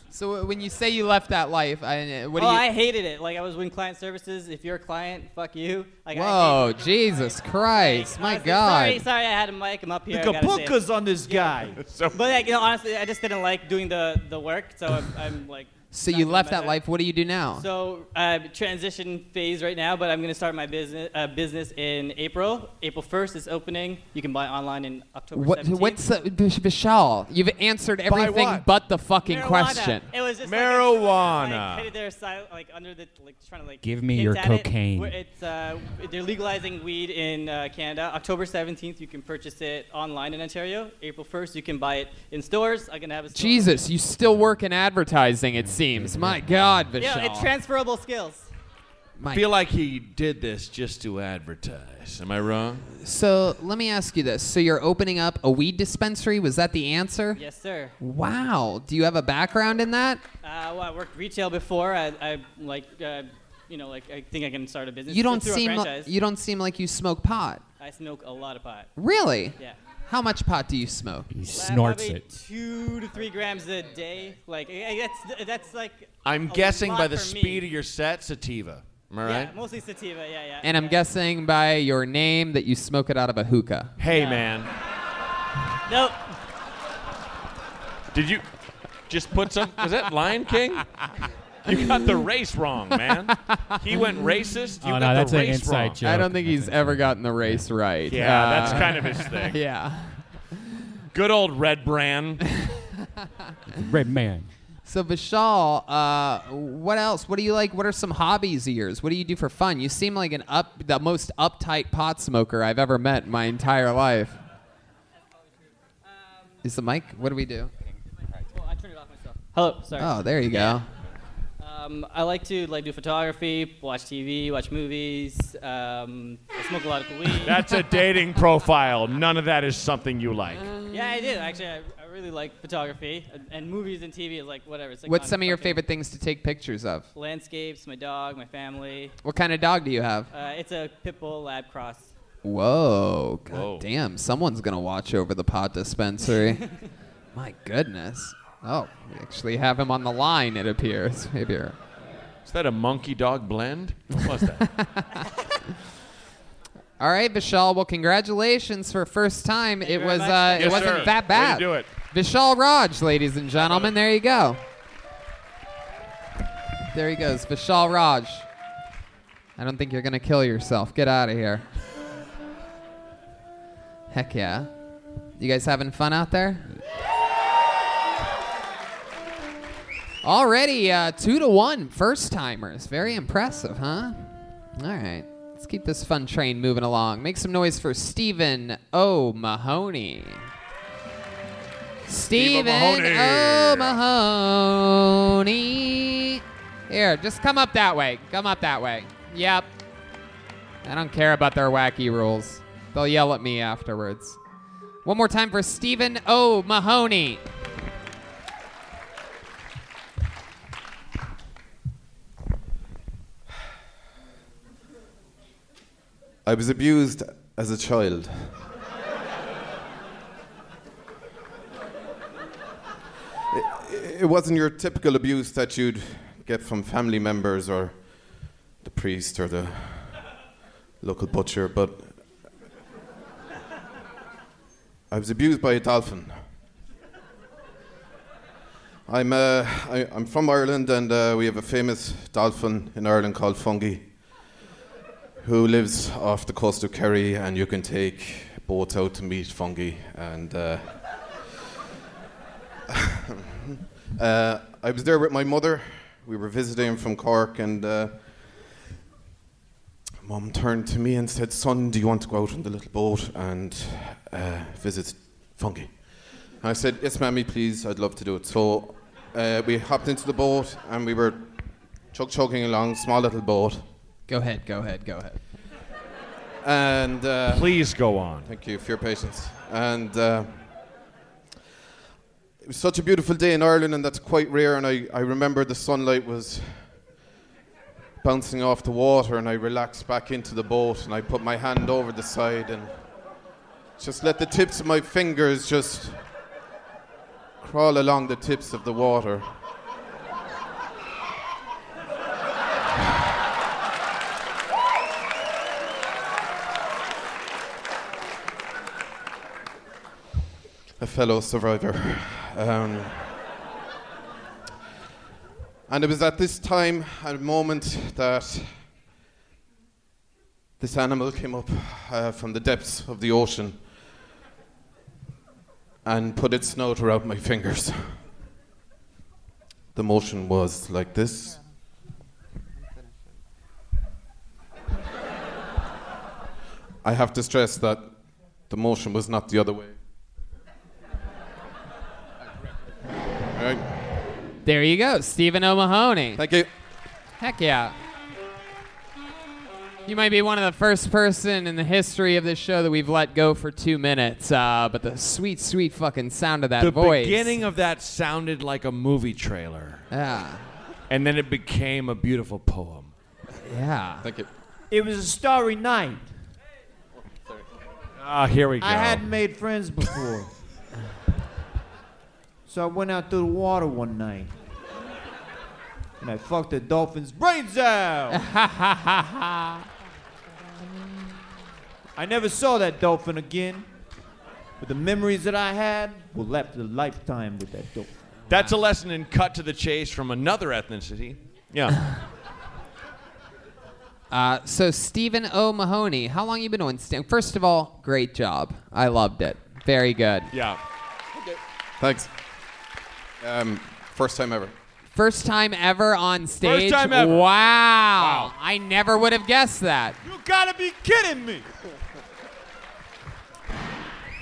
so uh, when you say you left that life, I, uh, what
oh,
do you?
I hated it. Like I was doing client services. If you're a client, fuck you. Like, I
Whoa,
hate-
Jesus Christ! My
honestly,
God.
Sorry, sorry, I had a mic. I'm up here. I gotta say it.
Kapunkas on this guy.
But like, you know, honestly, I just didn't like doing the the work, so I'm, I'm like.
So
not
you
doing
left that
better.
life. What do you do now?
So uh, transition phase right now, but I'm gonna start my business uh, business in April. April 1st is opening. You can buy online in October.
what
17th.
what's uh, Vish- Vishal? You've answered everything
what?
but the fucking
Marijuana.
question.
It was just Like,
Marijuana.
like, headed there, sil- like under the, like trying to like.
Give me
hint
your
at
cocaine.
It. Where It's uh, they're legalizing weed in uh, Canada. October 17th, you can purchase it online in Ontario. April 1st, you can buy it in stores. I'm gonna have a. Store.
Jesus, you still work in advertising, it seems. My God, Vishal.
Yeah, it's transferable skills.
My-
I feel like he did this just to advertise. Am I wrong?
so let me ask you this. So you're opening up a weed dispensary? Was that the answer?
Yes, sir.
Wow. Do you have a background in that?
Uh, well, I worked retail before. I, I like, uh, you know, like I think I can start a business.
You don't
through
seem
a
li-
franchise.
you don't seem like you smoke pot.
I smoke a lot of pot.
Really?
Yeah.
How much pot do you smoke?
He
Uh,
snorts
probably
it.
Two to three grams a day. Like I- I- that's that's like.
I'm
a
guessing
lot
by the
for me.
speed of your set, sativa. Am I
Yeah,
right?
mostly sativa. Yeah, yeah.
And I'm
yeah.
guessing by your name that you smoke it out of a hookah.
Hey man,
Oh,
Nope.
did you just put some? Was that Lion King? You got the race wrong, man. He went racist. You got
Oh, no,
the
that's an
race
inside
wrong.
joke.
I don't think he's ever gotten the race right.
Yeah,
Uh,
that's kind of his thing.
Yeah.
Good old Red Brand.
Red man.
So Vishal, uh, what else? What do you like? What are some hobbies of yours? What do you do for fun? You seem like an up, the most uptight pot smoker I've ever met in my entire life. Is the mic? What do we do?
Well, I turned it off myself. Hello. Sorry.
Oh, there you go.
Um, I like to like do photography, watch TV, watch movies. Um, I smoke a lot of weed.
That's a dating profile. None of that is something you like.
yeah, I do actually. I, I really like photography and, and movies and TV is like whatever. It's like
What's
not
some of your
fucking-
favorite things to take pictures of?
landscapes, my dog, my family.
What kind of dog do you have?
Uh, it's a pit bull lab cross.
Whoa, god
Whoa.
damn, someone's gonna watch over the pot dispensary. My goodness. Oh, we actually have him on the line, it appears. Maybe you're-
Is that a monkey dog blend? What was that?
All right, Vishal. Well, congratulations for first time.
you
it
very
was
much.
uh, it
Yes,
wasn't
sir. Way
that
to
bad.
do it.
Vishal Raj, ladies and gentlemen. There you go. There he goes, Vishal Raj. I don't think you're gonna kill yourself. Get out of here. Heck yeah. You guys having fun out there? Already uh, two to one first timers. Very impressive, huh? All right. Let's keep this fun train moving along. Make some noise for Stephen O'Mahony. Stephen O'Mahony. Here, just come up that way. Come up that way. Yep. I don't care about their wacky rules. They'll yell at me afterwards. One more time for Stephen O'Mahony.
I was abused as a child. it, it wasn't your typical abuse that you'd get from family members or the priest or the local butcher, but I was abused by a dolphin. I'm, uh, I, I'm from Ireland, and uh, we have a famous dolphin in Ireland called Fungi who lives off the coast of Kerry, and you can take boats out to meet fungi. And uh, uh, I was there with my mother. We were visiting from Cork, and uh, mum turned to me and said, "Son, do you want to go out on the little boat and uh, visit fungi?" And I said, "Yes, mammy, please. I'd love to do it." So uh, we hopped into the boat, and we were chug chugging along, small little boat.
Go ahead, go ahead, go ahead.
And uh,
Please go on.
Thank you for your patience. And uh, it was such a beautiful day in Ireland, and that's quite rare. And I, I remember the sunlight was bouncing off the water, and I relaxed back into the boat, and I put my hand over the side and just let the tips of my fingers just crawl along the tips of the water. a fellow survivor. Um, and it was at this time and moment that this animal came up uh, from the depths of the ocean and put its snout around my fingers. The motion was like this. I have to stress that the motion was not the other way. All right.
There you go, Stephen O'Mahony.
Thank you.
Heck yeah. You might be one of the first person in the history of this show that we've let go for two minutes, uh, but the sweet, sweet fucking sound of that
the
voice.
beginning of that sounded like a movie trailer,
yeah,
and then it became a beautiful poem.
yeah.
Thank you.
It was a starry night.
Ah, here we go.
I hadn't made friends before. so I went out to the water one night. And I fucked the dolphin's brains out. I never saw that dolphin again. But the memories that I had will left a lifetime with that dolphin.
That's a lesson in cut to the chase from another ethnicity. Yeah.
Uh, so Stephen O'Mahony, how long you been on stand? First of all, great job. I loved it. Very good.
yeah.
Thanks. Um, first time ever.
First time ever on stage.
time ever.
Wow. I never would have guessed that.
You gotta be kidding me!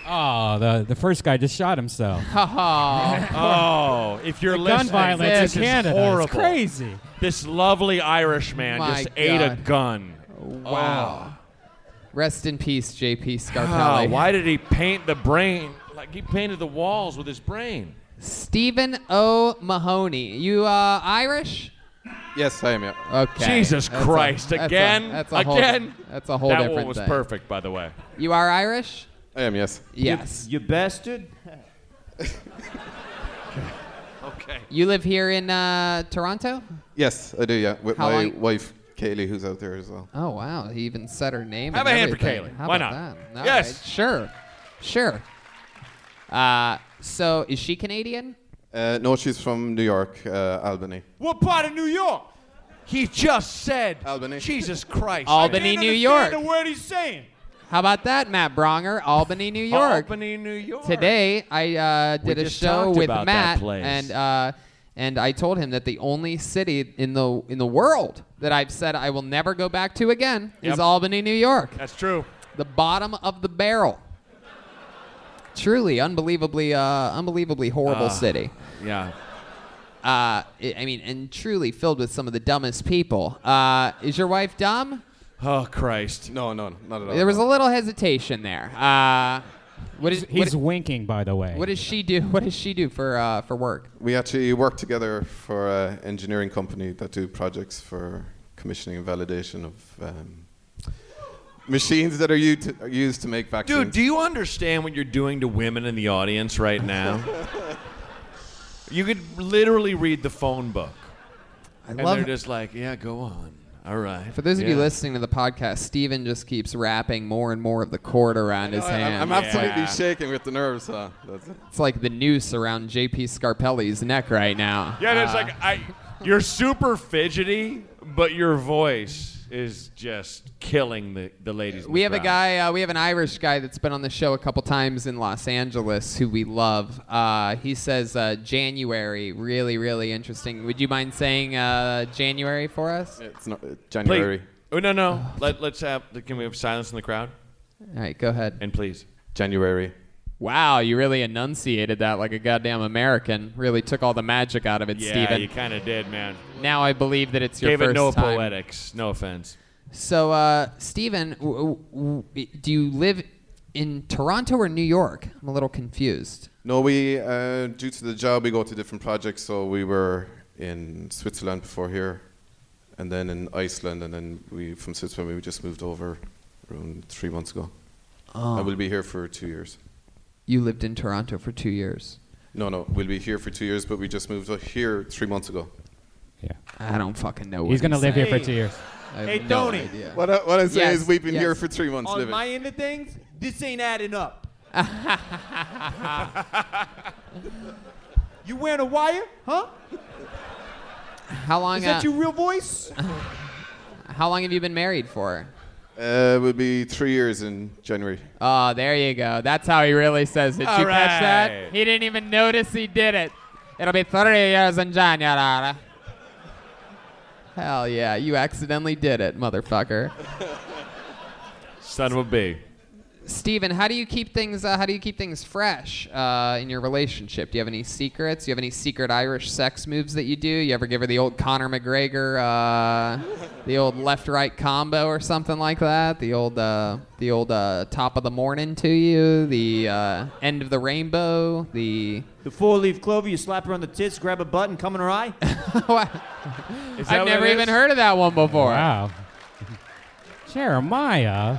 Oh, the, the first guy just shot himself.
Oh,
Oh, if you're
Gun
listening,
violence
this
in
is
Canada. is
horrible.
crazy.
This lovely Irish man
My
just ate a
God.
gun.
Oh.
wow. Rest in peace, JP
Ah,
Scarpelli.
why did he paint the brain? Like he painted the walls with his brain.
Stephen O'Mahony. You uh, Irish?
Yes, I am. Yeah.
Okay.
Jesus
That's a-
Christ!
that's a-
again,
that's a whole-
again.
that's a whole
that
different
one was
thing.
perfect, by the way.
You are Irish?
I am. Yes.
Yes.
You bastard.
Okay.
You live here in uh, Toronto?
Yes, I do. Yeah, with
How
my
long-
wife Kaylee, who's out there as well.
Oh wow! He even said her name.
Have
and
a hand for
everything.
Kaylee.
How
Why
about
not?
that? All
Yes.
right, Sure. Sure. Uh, so is she Canadian?
Uh, no, she's from New York, uh, Albany.
What part of New York? He just said
Albany.
Jesus Christ.
Albany, New York.
The word he's saying.
How about that, Matt Bronger? Albany, New York.
Albany, New York.
Today I uh,
We
did a
just
show
talked
with
about that
Matt,
place.
and uh, and I told him that the only city in the in the world that I've said I will never go back to again
Yep.
is Albany, New York.
That's true.
the bottom of the barrel. Truly, unbelievably, uh, unbelievably horrible city.
Ah, Yeah.
Uh, I I mean, and truly filled with some of the dumbest people. Uh, is your wife dumb?
Oh Christ.
No, no, not at all.
There was a little hesitation there. Uh, what is
He's
what,
winking, by the way.
what does she do? What does she do for uh, for work?
we actually work together for an engineering company that do projects for commissioning and validation of um, machines that are used to, are used to make vaccines.
Dude, do you understand what you're doing to women in the audience right now? you could literally read the phone book.
I
and
love
they're just like, yeah, go on. All right.
For those of you
Yeah.
listening to the podcast, Steven just keeps wrapping more and more of the cord around his
I,
hand.
am absolutely
Yeah.
shaking with the nerves. Huh? That's it.
it's like the noose around JP Scarpelli's neck right now.
Yeah, and it's
Uh,
like I, you're super fidgety, but your voice is just killing the, the ladies. in
We
the
have a
crowd.
guy. Uh, we have an Irish guy that's been on the show a couple times in Los Angeles, who we love. Uh, he says uh, January, really, really interesting. Would you mind saying uh, January for us?
It's not uh,
Please-
January.
Oh no no. Let, let's have. Can we have silence in the crowd?
All right, go ahead.
And please.
January.
Wow, you really enunciated that like a goddamn American. Really took all the magic out of it,
Yeah,
Steven.
you kind of did, man.
Now I believe that it's your
Gave
first
it no
time.
poetics. No offense.
So, uh, Stephen, w- w- w- do you live in Toronto or New York? I'm a little confused.
No, we uh, due to the job we go to different projects. So we were in Switzerland before here, and then in Iceland, and then we from Switzerland we just moved over around three months ago.
Ah.
I will be here for two years.
You lived in Toronto for two years.
No, no, we'll be here for two years, but we just moved o- here three months ago.
I don't fucking know.
He's
what
gonna live here for
saying.
two years.
I have
Hey,
no
Tony.
idea.
What I, what I say
Yes,
is we've been
yes.
here for three months
On
living.
my end of things, this ain't adding up. you wearing a wire? Huh?
How long?
Is
uh,
that your real voice?
How long have you been married for?
uh, will be three years in January.
Oh, there you go. That's how he really says it. Did you catch that?
right.
He didn't even notice he did it. It'll be three years in January. Hell yeah, you accidentally did it, motherfucker.
Son of a b.
Steven, how do you keep things? Uh, how do you keep things fresh uh, in your relationship? Do you have any secrets? Do you have any secret Irish sex moves that you do? You ever give her the old Conor McGregor, uh, the old left-right combo or something like that? The old, uh, the old uh, top of the morning to you, the uh, end of the rainbow, the.
The four leaf clover, you slap her on the tits, grab a butt, and come in her eye.
Is that
I've
what
never
it
even
is?
heard of that one before.
Wow. Jeremiah.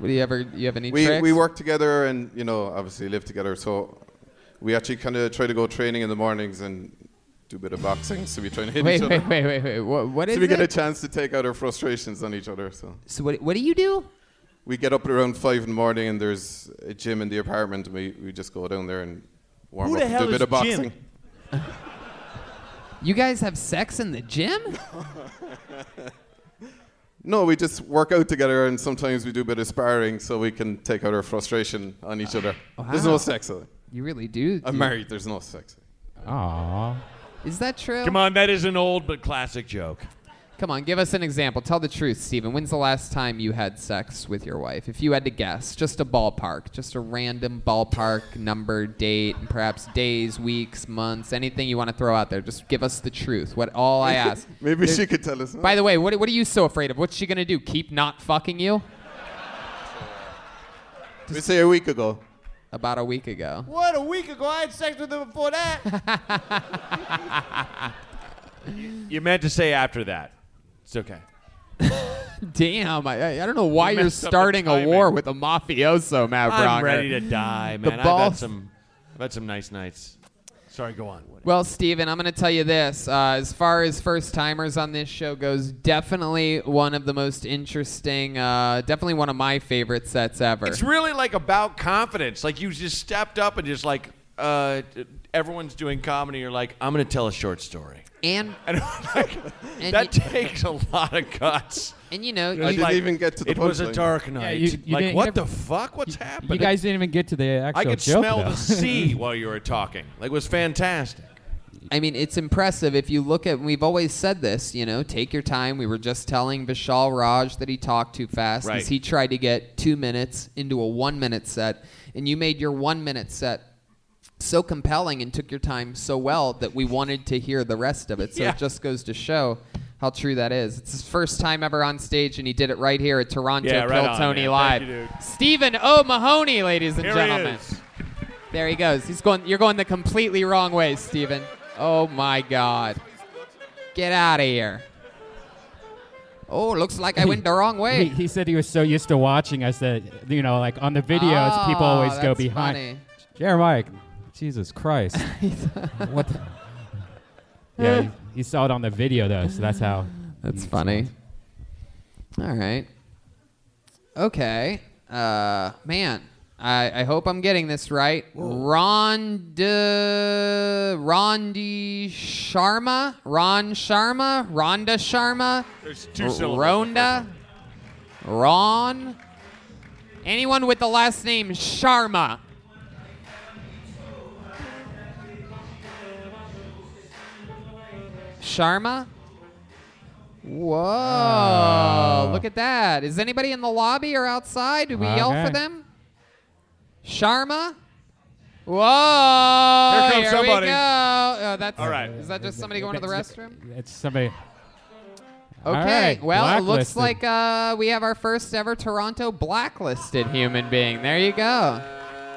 Do you ever? You have any
We,
tricks?
we work together and, you know, obviously live together. So we actually kind of try to go training in the mornings and do a bit of boxing. So we try and hit
Wait,
each
wait,
other.
wait, wait, wait. What, what is
So we get a
it?
chance to take out our frustrations on each other. So
so what, what do you do?
we get up at around five in the morning and there's a gym in the apartment. And we, we just go down there and warm
Who
up
the
and
hell
do a bit
is
of boxing.
Jim?
You guys have sex in the gym?
No, we just work out together and sometimes we do a bit of sparring so we can take out our frustration on each other. There's
Oh, wow.
no sex. though.
You really do.
I'm
dude.
married. There's no sex.
Aw.
Is that true?
Come on, that is an old but classic joke.
Come on, give us an example. Tell the truth, Steven. When's the last time you had sex with your wife? If you had to guess, just a ballpark, just a random ballpark number, date, and perhaps days, weeks, months, anything you want to throw out there. Just give us the truth. What all I ask.
Maybe she could tell us.
By the way, what, what are you so afraid of? What's she going to do? Keep not fucking you?
we say a week ago.
About a week ago.
What, a week ago I had sex with her before that?
You meant to say after that. It's okay.
Damn, I- I, I don't know why you are
messed up the
starting a war
timing.
with a mafioso, Matt
I'm
Bronger.
ready to die, man. I've
ball-
had some, I've had some nice nights. Sorry, go on.
Well, Steven, I'm going to tell you this. Uh, as far as first timers on this show goes, definitely one of the most interesting, uh, definitely one of my favorite sets ever.
It's really like about confidence. Like you just stepped up and just like uh, everyone's doing comedy. You're like, I'm gonna tell a short story,
and,
and like,
And
that
you-
takes a lot of guts.
and you know,
I
you,
didn't even get to the
It was a
punchline.
dark night.
you- you
like
didn't-
what
you
the
never-
fuck? What's happening?
You guys didn't even get to the actual
I could
joke,
smell
though.
the sea while you were talking. Like it was fantastic.
I mean, it's impressive if you look at. We've always said this, you know, take your time. We were just telling Vishal Raj that he talked too fast because
Right.
he tried to get two minutes into a one-minute set, and you made your one-minute set so compelling and took your time so well that we wanted to hear the rest of it. So
Yeah.
it just goes to show how true that is. It's his first time ever on stage, and he did it right here at Toronto
Yeah, right
Kill
on,
Tony
man.
Live.
Thank you, dude.
Stephen O'Mahony, ladies and
Here he
gentlemen.
is.
There he goes. He's going. You're going the completely wrong way, Steven. Oh my God. Get out of here. Oh, looks like I went the wrong
He,
way.
he said he was so used to watching us that, you know, like on the videos, people
Oh,
always go
that's
behind.
funny.
Jeremiah, Jesus Christ. what the? Yeah, he, he saw it on the video, though, so that's how.
That's funny. All right. Okay. Uh, man, I, I hope I'm getting this right. Ron de, Rondi Sharma, Ron Sharma, Rhonda Sharma.
There's
R-
two syllables.
Rhonda, Ron, anyone with the last name Sharma. Sharma? Whoa, look at that. Is anybody in the lobby or outside? Do we yell for
Okay.
them? Sharma? Whoa!
Here comes
we
somebody.
go. Oh, that's,
All right.
Is that just somebody going to the
That's-
restroom?
It's somebody. All
Okay.
right,
Well, it looks
blacklisted.
like uh, we have our first ever Toronto blacklisted human being. There you go.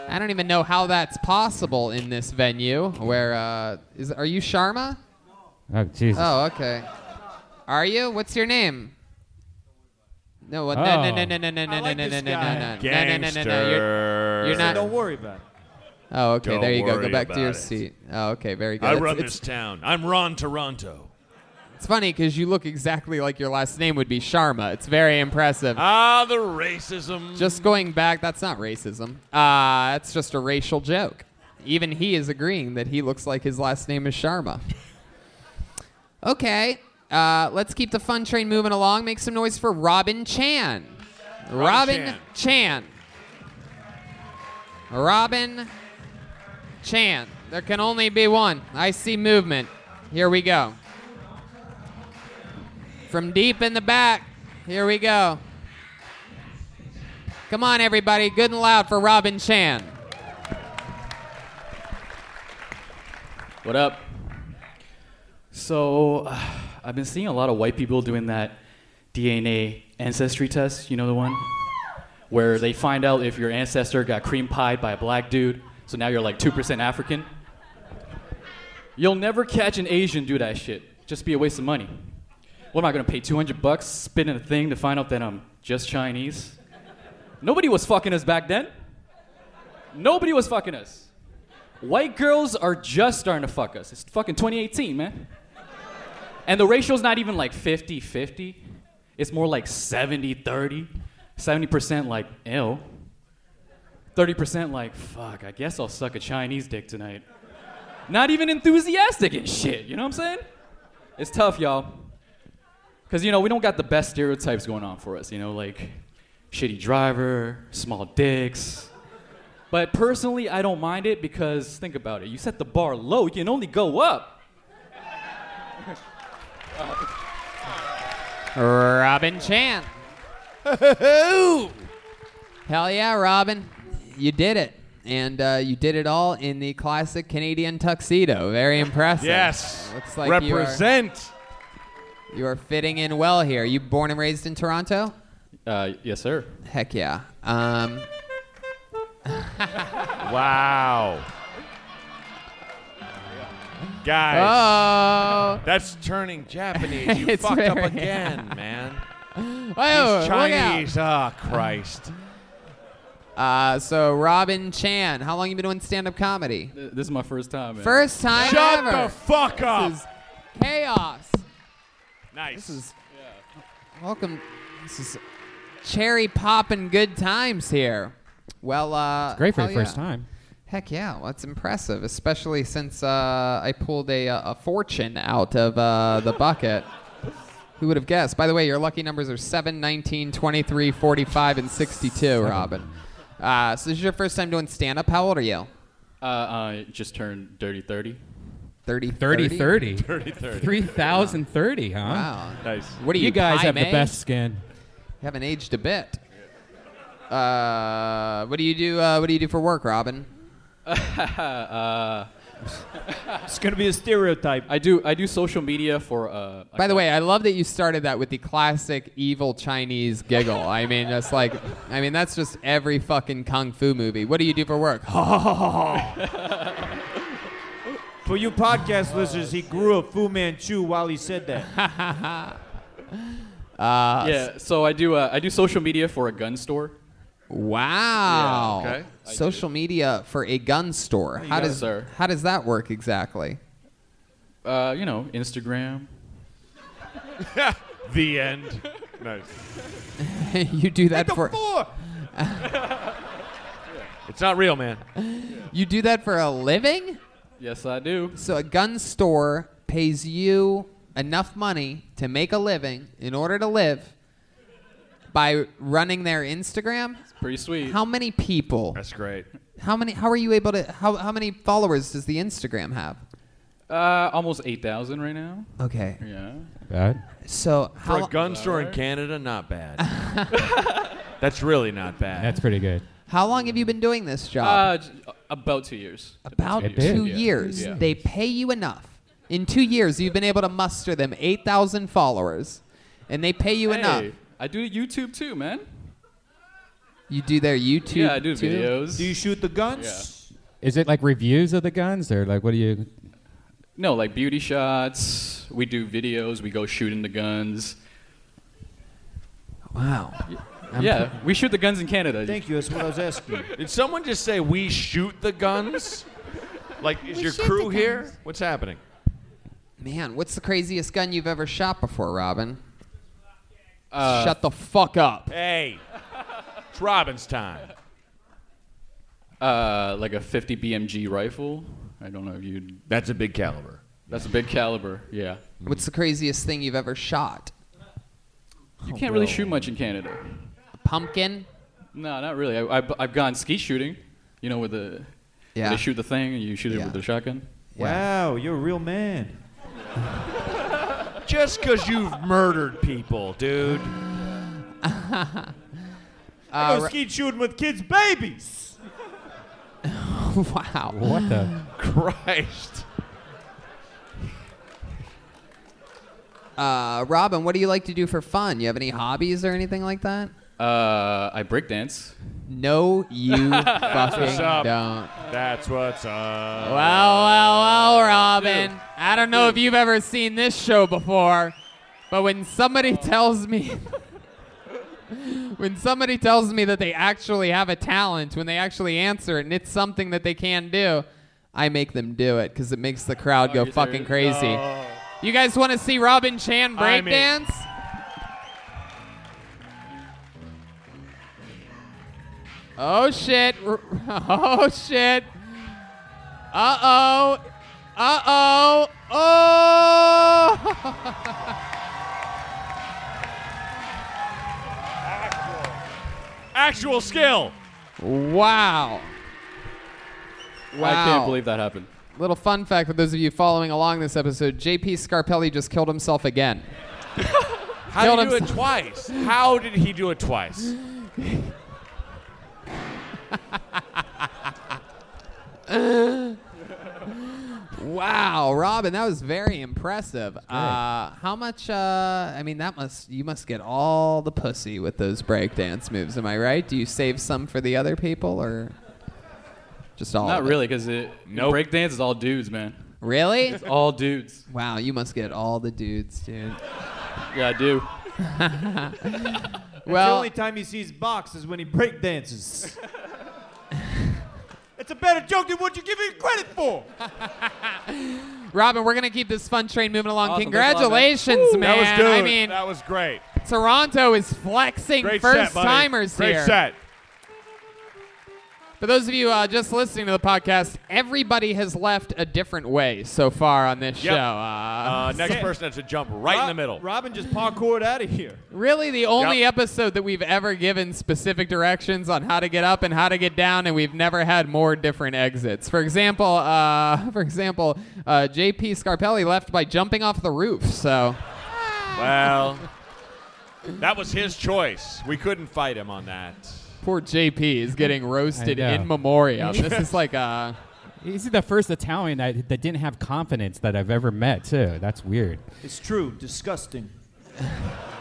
I don't even know how that's possible in this venue. Where uh, is? Are you Sharma?
Oh,
Uh,
Jesus.
Oh, okay. Are you? What's your name? No, what? No, no, no, no, no, no,
Oh.
no, no, no, no, no, no, no, no, no, no, no. You're, you're
Gangster.
not.
Don't worry about it.
Oh, okay.
Don't
there you go. Go
worry
back to your
about it.
seat. Oh, okay. Very good.
I
It's-
run
it's,
this town. I'm Ron Toronto.
It's funny because you look exactly like your last name would be Sharma. It's very impressive.
Ah, the racism.
Just going back, that's not racism. Uh, that's just a racial joke. Even he is agreeing that he looks like his last name is Sharma. Okay, uh, let's keep the fun train moving along. Make some noise for Robin Chan. Robin Chan. Robin Chan. There can only be one. I see movement. Here we go. From deep in the back, here we go. Come on, everybody, good and loud for Robin Chan.
What up? So, uh, I've been seeing a lot of white people doing that DNA ancestry test, you know the one? Where they find out if your ancestor got cream pied by a black dude, so now you're like 2% African. You'll never catch an Asian do that shit. Just be a waste of money. What am I gonna pay 200 bucks, spit in a thing to find out that I'm just Chinese? Nobody was fucking us back then. Nobody was fucking us. White girls are just starting to fuck us. It's fucking 2018, man. And the ratio's not even like 50 50. It's more like 70 30. 70% like, ill. 30% like, fuck, I guess I'll suck a Chinese dick tonight. Not even enthusiastic and shit, you know what I'm saying? It's tough, y'all. Because, you know, we don't got the best stereotypes going on for us, you know, like shitty driver, small dicks. But personally, I don't mind it because think about it. You set the bar low, you can only go up.
Robin Chan. Hell yeah, Robin. You did it. And uh, you did it all in the classic Canadian tuxedo. Very impressive.
Yes.
Looks like you are-
Represent.
You are fitting in well here. You born and raised in Toronto?
Uh, yes, sir.
Heck yeah. Um,
Wow. Guys,
oh.
that's turning Japanese. You
It's
fucked up
very-
again, man.
Whoa,
Oh,
He's
look out.
Chinese. Ah, Christ.
Uh, so, Robin Chan, how long you been doing stand up comedy?
Th- This is my first time. Man.
First time
Shut
ever.
the fuck up.
This is chaos.
nice.
Welcome. This is cherry popping good times here. Well, uh,
Great for
hell
your first
yeah.
time.
Heck yeah, well, that's impressive, especially since uh, I pulled a, uh, a fortune out of uh, the bucket. Who would have guessed? By the way, your lucky numbers are 7, 19, 23, 45, and 62, Robin. Uh, so this is your first time doing stand up. How old are you?
Uh, uh, just turned dirty 30.
30,
30 30. 3030, huh?
Wow.
Nice.
What do you,
You guys
Pai
have the
Mei?
best skin.
You haven't aged a bit. Uh, what do you do? Uh, what do you do for work, Robin?
uh,
It's gonna be a stereotype.
I do I do social media for. Uh,
By the way, I love that you started that with the classic evil Chinese giggle. I mean, that's like, I mean, that's just every fucking kung fu movie. What do you do for work?
Oh.
For you podcast listeners, he grew a Fu Manchu while he said that.
yeah, so I do uh, I do social media for a gun store.
Wow.
Yeah, okay. I
Social media for a gun store. How
got it,
does
sir.
how does that work exactly?
Uh, you know, Instagram.
The end. Nice.
you do that for
It's not real, man.
you do that for a living?
Yes, I do.
So a gun store pays you enough money to make a living in order to live by running their Instagram?
It's pretty sweet.
How many people?
That's great.
How many? How are you able to? How how many followers does the Instagram have?
Uh, almost 8,000 right now.
Okay,
Yeah.
Bad.
so
For
how
a gun store in Canada, not bad. That's really not bad.
That's pretty good.
how long have you been doing this job?
Uh, j- about two years.
About
It
two
did.
Yeah.
years.
Yeah.
They pay you enough. In two years, you've been able to muster them eight thousand followers, and they pay you
hey,
enough.
I do YouTube too, man.
You do their YouTube.
Yeah, I do
too?
videos. Do you
shoot the guns?
Is it like reviews of the guns or like what do you?
No, like beauty shots. We do videos. We go shooting the guns.
Wow.
yeah, we shoot the guns in Canada.
Thank you. That's what I was asking.
Did someone just say we shoot the guns? like, is your crew here? What's happening?
Man, what's the craziest gun you've ever shot before, Robin?
Uh,
Shut the fuck up.
Hey, it's Robin's time.
Uh, like a 50 BMG rifle. I don't know if you.
That's a big caliber.
That's a big caliber. Yeah.
What's the craziest thing you've ever shot?
You can't really shoot much in Canada.
A pumpkin?
No, not really. I, I've, I've gone ski shooting. You know, with the.
Yeah.
They shoot the thing and you shoot it
Yeah.
with the shotgun.
Wow, you're a real man.
Just because you've murdered people, dude.
I go
Ro-
skeet shooting with kids' babies.
wow.
What the?
Christ.
Uh, Robin, what do you like to do for fun? You have any hobbies or anything like that?
Uh, I breakdance.
No, you fucking don't.
That's what's
Uh,
up.
Well, well, well, Robin. I don't know if you've ever seen this show before, but when somebody tells me. When somebody tells me that they actually have a talent, when they actually answer it and it's something that they can do, I make them do it because it makes the crowd go fucking crazy. You guys want to see Robin Chan
I'm in.
breakdance? Oh shit. R- Oh shit. Uh oh. Uh oh. Oh.
Actual skill.
wow. Wow.
I can't believe that happened.
Little fun fact for those of you following along this episode JP Scarpelli just killed himself again.
How
Killed
did he do it
himself.
twice? How did he do it twice?
Wow, Robin, that was very impressive. Uh, how much? Uh, I mean, that must you must get all the pussy with those breakdance moves. Am I right? Do you save some for the other people, or just all?
Not
of it?
really, because it
Nope.
breakdance is all dudes, man.
Really?
It's all dudes.
wow, you must get all the dudes, dude.
Yeah, I do.
the
Well,
only time he sees box is when he breakdances. it's a better joke than what you give him credit for.
Robin, we're gonna keep this fun train moving along.
Awesome, thanks a lot, man.
Congratulations, man!
that was good.
I mean,
that was great.
Toronto is flexing
Great set,
first
buddy.
timers
Great
here.
set.
For those of you uh, just listening to the podcast, everybody has left a different way so far on this
Yep.
show. Uh,
Uh, next person has to jump right in the middle.
Robin just parkoured out of here.
really, the only
Yep.
episode that we've ever given specific directions on how to get up and how to get down, and we've never had more different exits. For example, uh, for example, uh, J.P. Scarpelli left by jumping off the roof. So,
Well, that was his choice. We couldn't fight him on that.
poor J.P. is getting roasted
I know.
in memoriam. This is like a.
He's the first Italian I, that didn't have confidence that I've ever met too. That's weird.
It's true. Disgusting.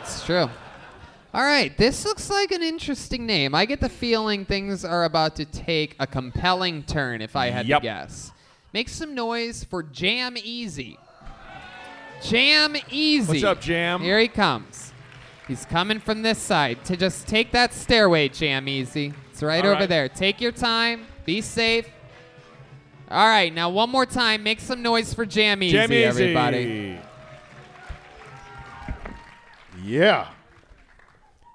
It's true. All right, this looks like an interesting name. I get the feeling things are about to take a compelling turn if I had
Yep.
to guess. Make some noise for Jam Easy. Jam Easy.
What's up, Jam?
Here he comes. He's coming from this side. To just take that stairway, Jam Easy. It's right
All
over
right.
there. Take your time. Be safe. All right, now one more time. Make some noise for Jam Easy,
Jam Easy.
everybody.
Yeah.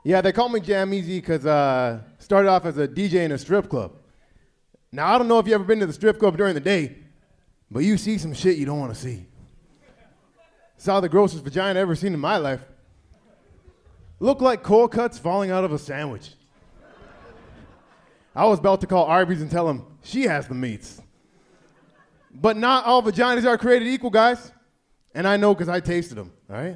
Yeah, they call me Jam Easy because uh, started off as a DJ in a strip club. Now, I don't know if you've ever been to the strip club during the day, but you see some shit you don't want to see. Saw the grossest vagina ever seen in my life. Looked like cold cuts falling out of a sandwich. I was about to call Arby's and tell him she has the meats. But not all vaginas are created equal, guys. And I know because I tasted them, all right?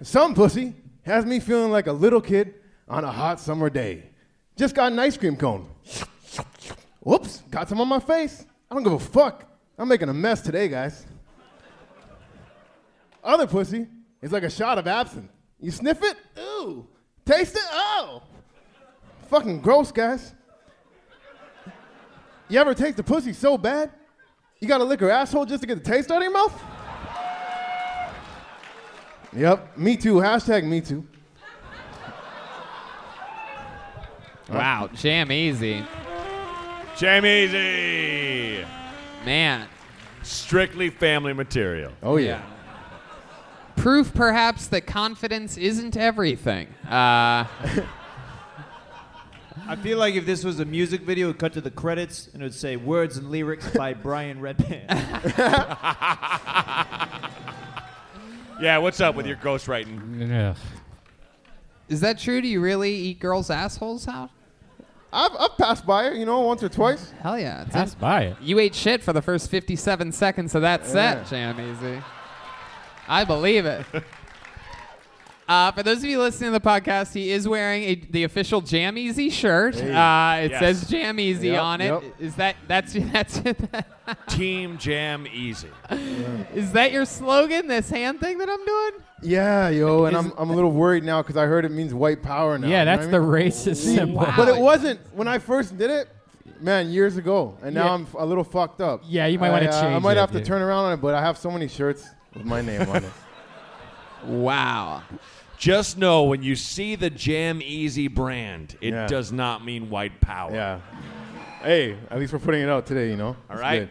Some pussy has me feeling like a little kid on a hot summer day. Just got an ice cream cone. Whoops, got some on my face. I don't give a fuck. I'm making a mess today, guys. Other pussy is like a shot of absinthe. You sniff it? Ooh. Taste it? Oh. Fucking gross, guys. You ever taste the pussy so bad? You gotta lick her asshole just to get the taste out of your mouth? Yep, me too. Hashtag me too.
Wow, jam easy.
Jam easy.
Man.
Strictly family material.
Oh, yeah.
Proof, perhaps, that confidence isn't everything. Uh,
I feel like if this was a music video, it would cut to the credits and it would say words and lyrics by Brian Redband.
Yeah, what's up with your ghostwriting?
Yeah.
is that true? Do you really eat girls' assholes out?
I've, I've passed by it, you know, once or twice.
Hell yeah. it's
Passed by it.
You ate shit for the first 57 seconds of that set, Jam Easy. I believe it. Uh, for those of you listening to the podcast, he is wearing a, the official Jam Easy shirt.
Hey.
Uh, it
Yes.
says Jam Easy
Yep,
on it. Is
yep.
that that's that's
Team Jam Easy.
is that your slogan? This hand thing that I'm doing?
Yeah, yo, and I'm, I'm a little worried now because I heard it means white power now.
Yeah,
you know
that's
what I
the
mean?
racist
See,
symbol.
But it wasn't when I first did it, man, years ago, and now
Yeah.
I'm f- a little fucked up.
Yeah, you might wanna
I, uh, I
change
might
it,
have to
dude.
turn around on it, but I have so many shirts with my name on it.
Wow.
Just know when you see the Jam Easy brand, it
Yeah.
does not mean white power.
Yeah. Hey, at least we're putting it out today, you know. All
right.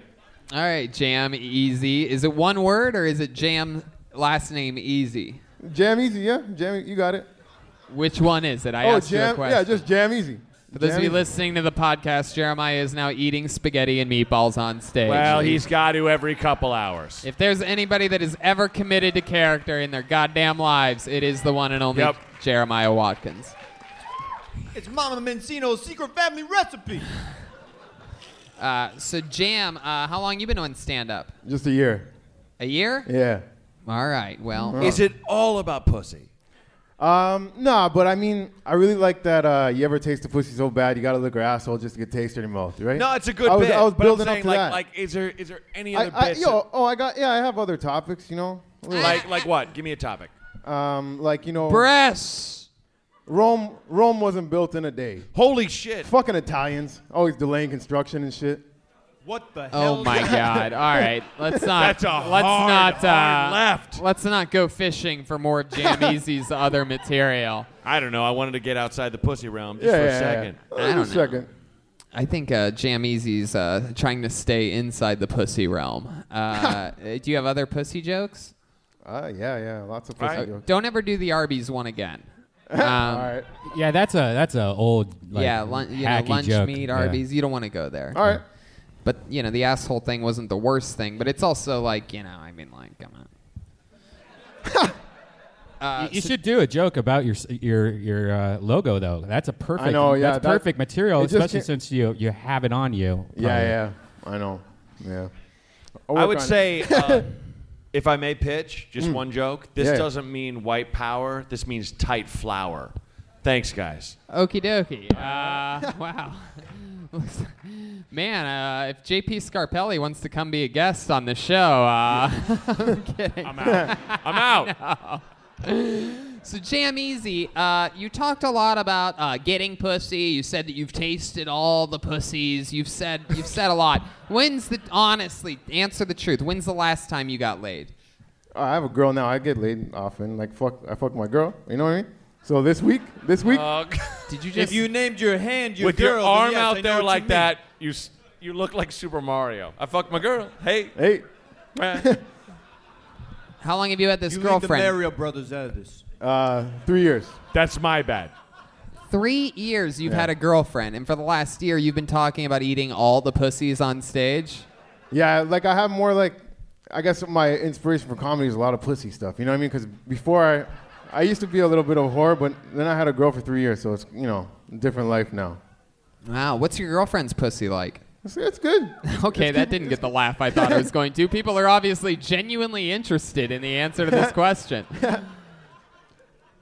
All right, Jam Easy. Is it one word or is it Jam last name Easy?
Jam Easy, yeah, Jam, you got it.
Which one is it? I
oh,
asked you a
jam,
question.
yeah, just Jam Easy.
For those
Jam
of you
Easy.
listening to the podcast, Jeremiah is now eating spaghetti and meatballs on stage.
Well, he's got to every couple hours.
If there's anybody that has ever committed to character in their goddamn lives, it is the one and only
Yep.
Jeremiah Watkins.
it's Mama Mencino's secret family recipe.
Uh, so, Jam, uh, how long you been doing stand up?
Just a year.
A year?
Yeah. Uh-huh.
All right. Well,
Is it all about pussy?
Um, nah, but I mean, I really like that. Uh, you ever taste the pussy so bad, you gotta lick her asshole just to get taste in your mouth, right?
No, it's a good
I was,
bit.
I was
but
building
I'm
up
saying,
to
like,
that.
Like, is there is there any
I-
other
I-
bits?
yo, oh, I got. Yeah, I have other topics, you know.
like like what? Give me a topic.
Um, like you know,
breasts.
Rome, Rome wasn't built in a day.
Holy shit!
Fucking Italians, always delaying construction and shit.
What the hell?
oh my God! All right, let's not.
That's a
let's
hard,
not. Uh,
hard left.
Let's not go fishing for more of Jam Easy's other material.
I don't know. I wanted to get outside the pussy realm just
yeah,
for
yeah,
a second.
Yeah.
I
Just
don't know.
a second.
I think uh, Jam Easy's uh, trying to stay inside the pussy realm. Uh, do you have other pussy jokes?
Uh, yeah, yeah, lots of pussy
Alright.
jokes.
Don't ever do the Arby's one again. Um,
All right,
Yeah, that's a that's a old like,
yeah, lun- you know,
hacky
lunch
joke.
meat,
Yeah.
Arby's. You don't want to go there.
all right.
But you know, the asshole thing wasn't the worst thing. But it's also like you know, I mean, like come Uh, on.
You- you should do a joke about your s- your your uh, logo though. That's a perfect.
know, yeah,
that's
that-
perfect material,
it just
especially
can't-
since you you have it on you.
Yeah,
probably.
yeah, I know. Yeah. I'll
I
work
would
on it. Mm.
say, uh, if I may pitch just one joke, this
Yeah.
doesn't mean white power. This means tight flower. Thanks, guys.
Okie dokie. Uh, wow. Looks- Man, uh, if JP Scarpelli wants to come be a guest on the show, uh, I'm kidding.
I'm out. I'm out.
So Jam Easy, uh, you talked a lot about uh, getting pussy. You said that you've tasted all the pussies. You've said you've said a lot. When's the honestly answer the truth? When's the last time you got laid?
I have a girl now. I get laid often. Like fuck, I fuck my girl. You know what I mean? So this week, this week,
Did you just
If you named your hand your
With
girl,
your
then
arm
yes, I
out
know
there
what you
like
mean.
that, you s- you look like Super Mario. I fucked my girl. Hey.
hey,
eh.
how long have you had this
You leave the
girlfriend?
Mario Brothers out of this.
uh, three years.
That's my bad.
Three years you've
Yeah.
had a girlfriend, and for the last year you've been talking about eating all the pussies on stage.
Yeah, like I have more like, I guess my inspiration for comedy is a lot of pussy stuff. You know what I mean? Because before I, I used to be a little bit of a whore, but then I had a girl for three years, so it's you know different life now.
Wow, what's your girlfriend's pussy like?
It's, it's good.
Okay, that didn't get the laugh I thought it was going to. People are obviously genuinely interested in the answer to this question.
No,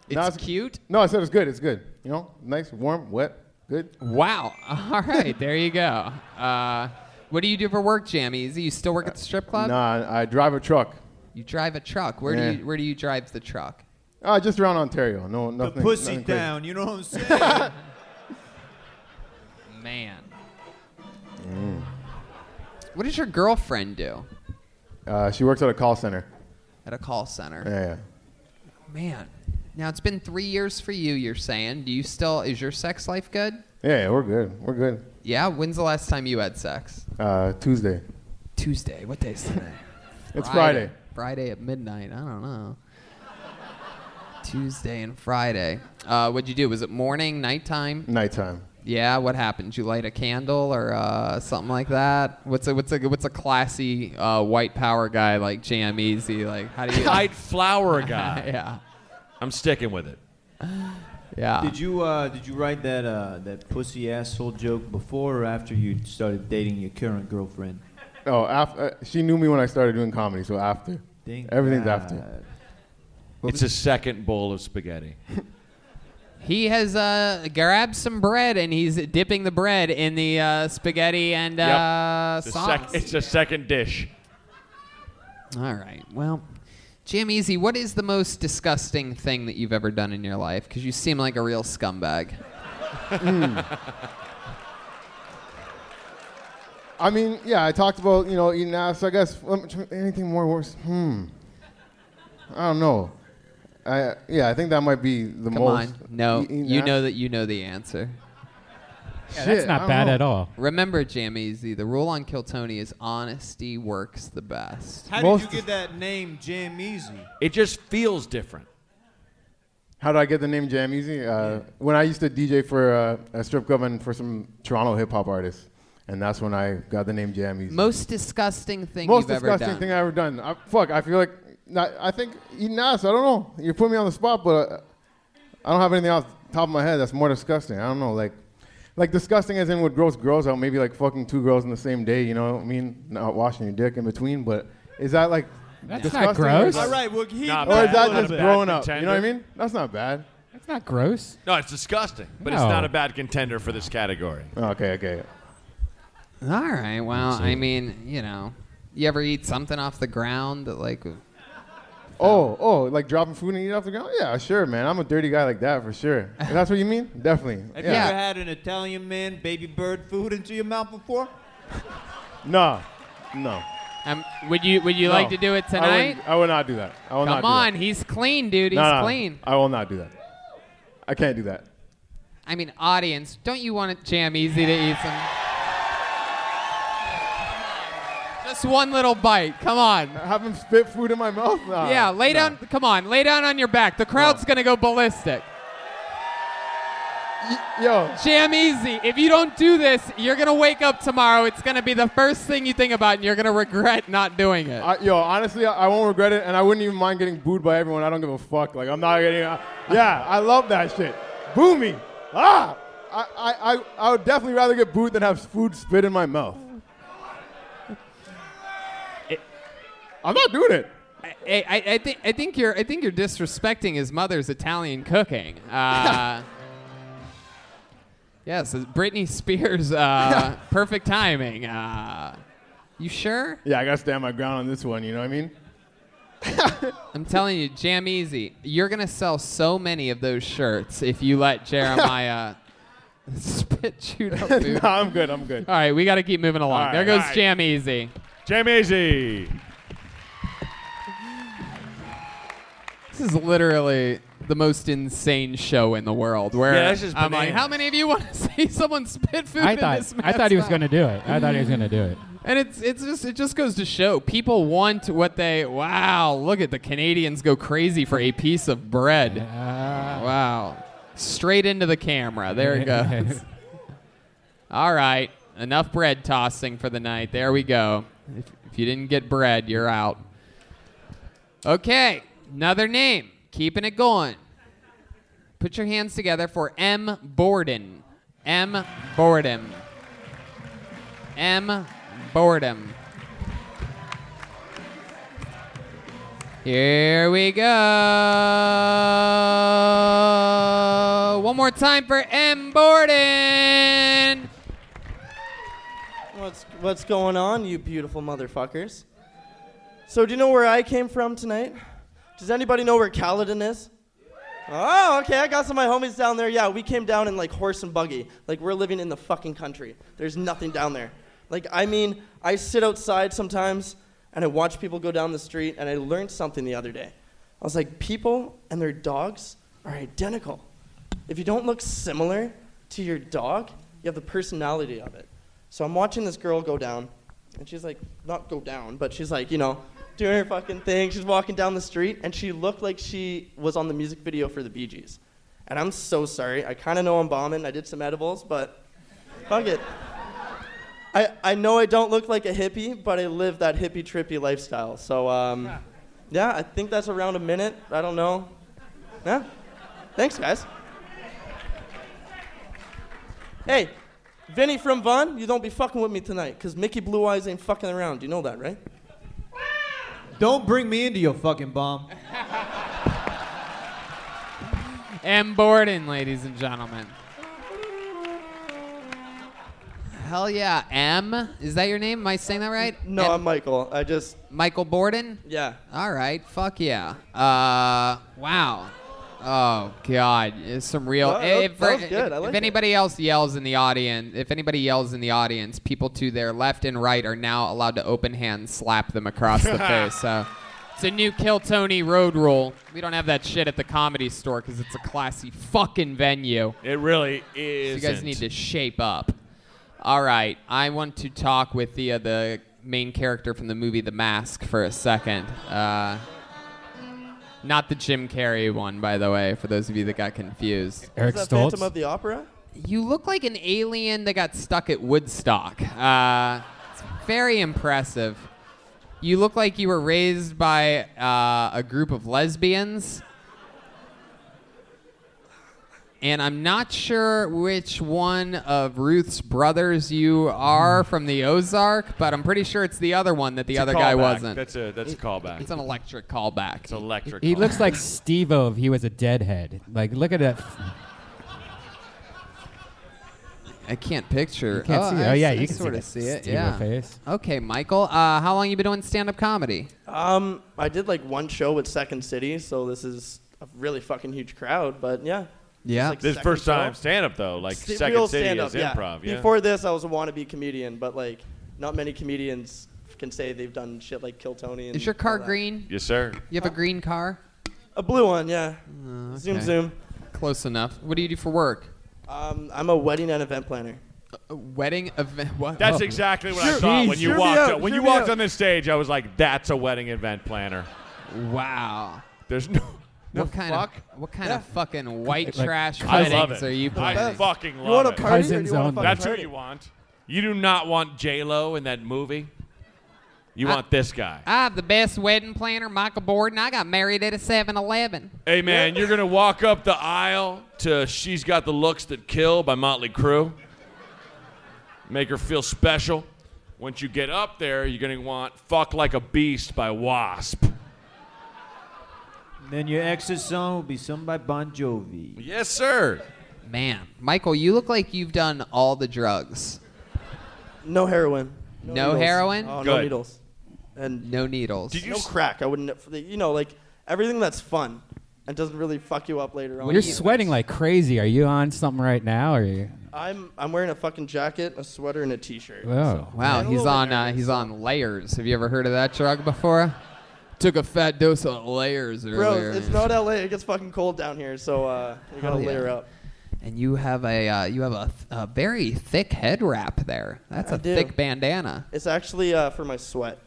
It's
it's-
cute.
No, I said it's good. It's good. You know, nice, warm, wet, good.
Wow. All right, there you go. Uh, what do you do for work, Jammy? Is you still work at the strip club?
Nah, I drive a truck.
You drive a truck. Where
Yeah.
do you Where do you drive the truck?
Uh, just around Ontario. No, nothing.
Pussy
nothing crazy.
down, you know what I'm saying?
Man.
Mm.
What does your girlfriend do
Uh, she works at a call center.
at a call center?
Yeah, yeah.
Man. Now it's been three years for you. You're saying. Do you still? Is your sex life good?
Yeah, yeah, we're good. We're good.
Yeah. When's the last time you had sex?
Uh, Tuesday.
Tuesday. What day is today?
It's Friday.
Friday at midnight. I don't know. Tuesday and Friday. Uh, what'd you do? Was it morning, nighttime?
Nighttime.
Yeah. What happened? Did you light a candle or uh, something like that? What's a what's a what's a classy uh, white power guy like Jam Easy? Like how do you?
I'd flower a guy.
yeah.
I'm sticking with it.
Yeah.
Did you uh, did you write that uh, that pussy asshole joke before or after you started dating your current girlfriend?
Oh, after, she knew me when I started doing comedy, so after.
Thank
Everything's
God.
after.
It's a second bowl of spaghetti.
He has uh, grabbed some bread and he's dipping the bread in the uh, spaghetti and
Yep.
uh,
it's, a
sauce.
sec- it's a second dish.
All right. Well, Jam Easy, what is the most disgusting thing that you've ever done in your life? Because you seem like a real scumbag.
Hmm.
Hmm. I mean, yeah, I talked about, you know, eating ass. So I guess um, tr- anything more worse? Hmm. I don't know. I, yeah, I think that might be the
Come
most.
on. No,
e- eating
you
ass.
know that you know the answer.
Yeah, that's Shit, not I don't bad know. at all.
Remember, Jam Easy, the rule on Kill Tony is honesty works the best.
How did you get that name, Jam Easy?
It just feels different.
How did I get the name Jam Easy? Uh, When I used to DJ for uh, a strip club and for some Toronto hip hop artists. And that's when I got the name Jam Easy.
Most disgusting thing
Most
you've
disgusting
ever done.
thing I ever done. I, fuck, I feel like not, I think eating ass. I don't know. You put me on the spot, but uh, I don't have anything off the top of my head that's more disgusting. I don't know, like, like disgusting as in would gross girls out. Maybe like fucking two girls in the same day. You know what I mean? Not washing your dick in between, but is that like
That's
disgusting
not
or
gross.
is that-
All right, well, he-
Not
or is
bad.
that
Not
just
a bad
grown up? You know what I
contender.
mean? That's not bad.
That's not gross.
No, it's disgusting, but it's
No.
not a bad contender for this category.
Okay, okay.
All right. Well,
Let's see.
I mean, you know, you ever eat something off the ground that like?
Oh, oh, like dropping food and eat it off the ground? Yeah, sure, man. I'm a dirty guy like that for sure. If that's what you mean? Definitely.
Have you
yeah.
ever had an Italian man baby bird food into your mouth before?
No, no.
Um, would you Would you
No.
like to do it
I
tonight?
wouldn't- I, will not do that. I will not.
Come
do that.
on, he's clean, dude. He's
No, no,
clean.
I will not do that. I can't do that.
I mean, audience, don't you want it jam easy to eat some? Just one little bite. Come on.
Have him spit food in my mouth. Nah,
yeah, lay
nah.
down. Come on, lay down on your back. The crowd's gonna go ballistic.
yo,
jam easy. If you don't do this, you're gonna wake up tomorrow. It's gonna be the first thing you think about, and you're gonna regret not doing it.
I, yo, honestly, I, I won't regret it, and I wouldn't even mind getting booed by everyone. I don't give a fuck. Like I'm not getting. I, yeah, I love that shit. Boo me. Ah, I, I, I, I would definitely rather get booed than have food spit in my mouth. I'm not doing it.
I, I, I think I think you're I think you're disrespecting his mother's Italian cooking. Uh, yes, Britney Spears. Uh, perfect timing. Uh, you sure?
Yeah, I gotta stand my ground on this one. You know what I mean?
I'm telling you, Jam Easy, you're gonna sell so many of those shirts if you let Jeremiah spit chewed up food.
Nah, I'm good. I'm good.
All right, we got to keep moving along.
All right,
there goes
all right.
Jam Easy.
Jam Easy.
This is literally the most insane show in the world. Where
Yeah, this is
I'm like,
bananas.
how many of you want to see someone spit food
I
in
thought
this
I thought he was
man's
gonna do it. I thought he was gonna do it.
And it's it's just it just goes to show people want what they wow look at the Canadians go crazy for a piece of bread wow straight into the camera there it goes all right enough bread tossing for the night there we go if, if you didn't get bread you're out okay another name keeping it going put your hands together for M Borden M Borden M. Boredom. Here we go. One more time for M. Borden.
What's what's going on, you beautiful motherfuckers? So do you know where I came from tonight? Does anybody know where Caledon is? Oh, okay. I got some of my homies down there. Yeah, we came down in like horse and buggy. Like we're living in the fucking country. There's nothing down there. Like I mean, I sit outside sometimes and I watch people go down the street and I learned something the other day. I was like, people and their dogs are identical. If you don't look similar to your dog, you have the personality of it. So I'm watching this girl go down and she's like, not go down, but she's like, you know, doing her fucking thing. She's walking down the street, and she looked like she was on the music video for the Bee Gees. And I'm so sorry. I kind of know I'm bombing. I did some edibles, but fuck it. I, I know I don't look like a hippie, but I live that hippie trippy lifestyle. So, um, yeah, I think that's around a minute. I don't know. Yeah. Thanks, guys. Hey, Vinny from Vaughn, you don't be fucking with me tonight, because Mickey Blue Eyes ain't fucking around. You know that, right?
Don't bring me into your fucking bomb.
M. Borden, ladies and gentlemen. Hell yeah, M. Is that your name? Am I saying that right?
No,
M-
I'm Michael. I just.
Michael Borden?
Yeah.
All right. Fuck yeah. Uh, wow. Oh God, it's some real.
No, that- that was
if-
good. I
if
like it.
anybody else yells in the audience, if anybody yells in the audience, people to their left and right are now allowed to open hand slap them across the face. So uh, it's a new Kill Tony road rule. We don't have that shit at the comedy store because it's a classy fucking venue.
It really is.
So you guys need to shape up. All right, I want to talk with the uh, the main character from the movie The Mask for a second. Uh, not the Jim Carrey one, by the way, for those of you that got confused.
Eric Is that Phantom Stoltz? of the Opera?
You look like an alien that got stuck at Woodstock. Uh, it's very impressive. You look like you were raised by uh, a group of lesbians. And I'm not sure which one of Ruth's brothers you are from the Ozark, but I'm pretty sure it's the other one that the
Hmm. It's a
other guy
callback.
wasn't.
That's a that's a callback.
It's an electric callback. It's
electric.
He looks like Steve O if he was a deadhead. Like, look at that.
I can't picture.
You can't
oh,
see it.
I
Oh, yeah,
s- I
you can see
sort
that
of see it.
stupid
Yeah.
face.
Okay, Michael. Uh, how long you been doing stand-up comedy?
Um, I did like one show with Second City, so this is a really fucking huge crowd. But yeah.
Yeah.
It's, like,
This
second
first
show.
time stand-up, though, like,
Sti-
Second
real
City is
stand-up,
improv, yeah.
Before this, I was a wannabe comedian, but like, not many comedians can say they've done shit like Kill Tony. And
Is your car
all that.
green?
Yes, sir.
You have a green car? Oh,
A blue one, yeah. Zoom,
okay.
zoom.
Close enough. What do you do for work?
Um, I'm a wedding and event planner.
A wedding event? What?
That's exactly what I thought when you walked up. when you walked on this stage. I was like, "That's a wedding event planner."
Wow.
There's no. no
what kind
fuck?
of what kind of fucking white
Like,
trash
I love
weddings
it.
are you planning?
I fucking love it. That's who you want. You do not want J Lo in that movie. You want this guy.
I have the best wedding planner, Michael Borden. I got married at a 7-Eleven.
Hey man, you're gonna walk up the aisle to "She's Got the Looks That Kill" by Motley Crue. Make her feel special. Once you get up there, you're gonna want "Fuck Like a Beast" by Wasp.
then your exit song will be sung by Bon Jovi.
Yes, sir.
Man, Michael, you look like you've done all the drugs.
No heroin.
No, heroin?
Oh, no needles. And
no needles. Did
you no crack? I wouldn't. You know, like everything that's fun and doesn't really fuck you up later on.
You're sweating like crazy. Are you on something right now? Or are you?
I'm I'm wearing a fucking jacket, a sweater, and a t-shirt.
Whoa.
Oh, Wow, he's on uh, he's on layers. Have you ever heard of that drug before? Took a fat dose of layers earlier.
Bro, it's not LA. It gets fucking cold down here, so uh, we gotta
Hell Oh, yeah.
layer up.
and you have a uh, you have a, th- a very thick head wrap there. That's a
I do.
thick bandana.
It's actually uh, for my sweat.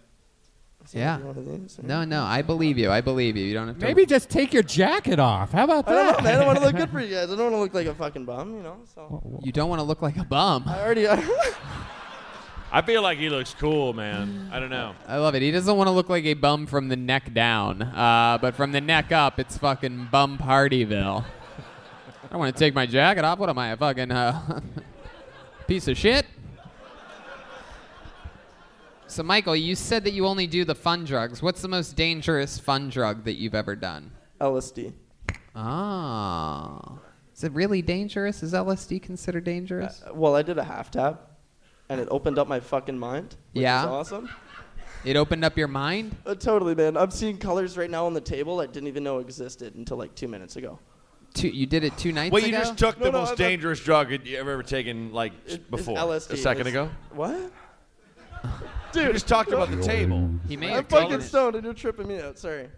So
Yeah.
you want these, or-
No, no, I believe you. I believe you. You don't have to.
Maybe just take your jacket off. How about
I don't know,
that?
man. I don't want to look good for you guys. I don't want to look like a fucking bum, you know. So
you don't want to look like a bum.
I already.
I feel like he looks cool, man. I don't know.
I love it. He doesn't want to look like a bum from the neck down, uh, but from the neck up, it's fucking bum partyville. I don't want to take my jacket off. What am I, a fucking uh, piece of shit? So, Michael, you said that you only do the fun drugs. What's the most dangerous fun drug that you've ever done?
LSD.
Ah. Is it really dangerous? Is LSD considered dangerous?
well, I did a half tap, and it opened up my fucking mind. Which
Yeah.
Is awesome.
It opened up your mind?
Uh, totally, man. I'm seeing colors right now on the table I didn't even know existed until like two minutes ago.
two, you did it two nights
Wait,
ago.
you just took the most dangerous drug you ever ever taken, like before
LSD.
a second
It's-
ago.
What?
Dude, you just talked about the table.
He may
I'm
have
fucking
taken it.
stoned and you're tripping me out. Sorry.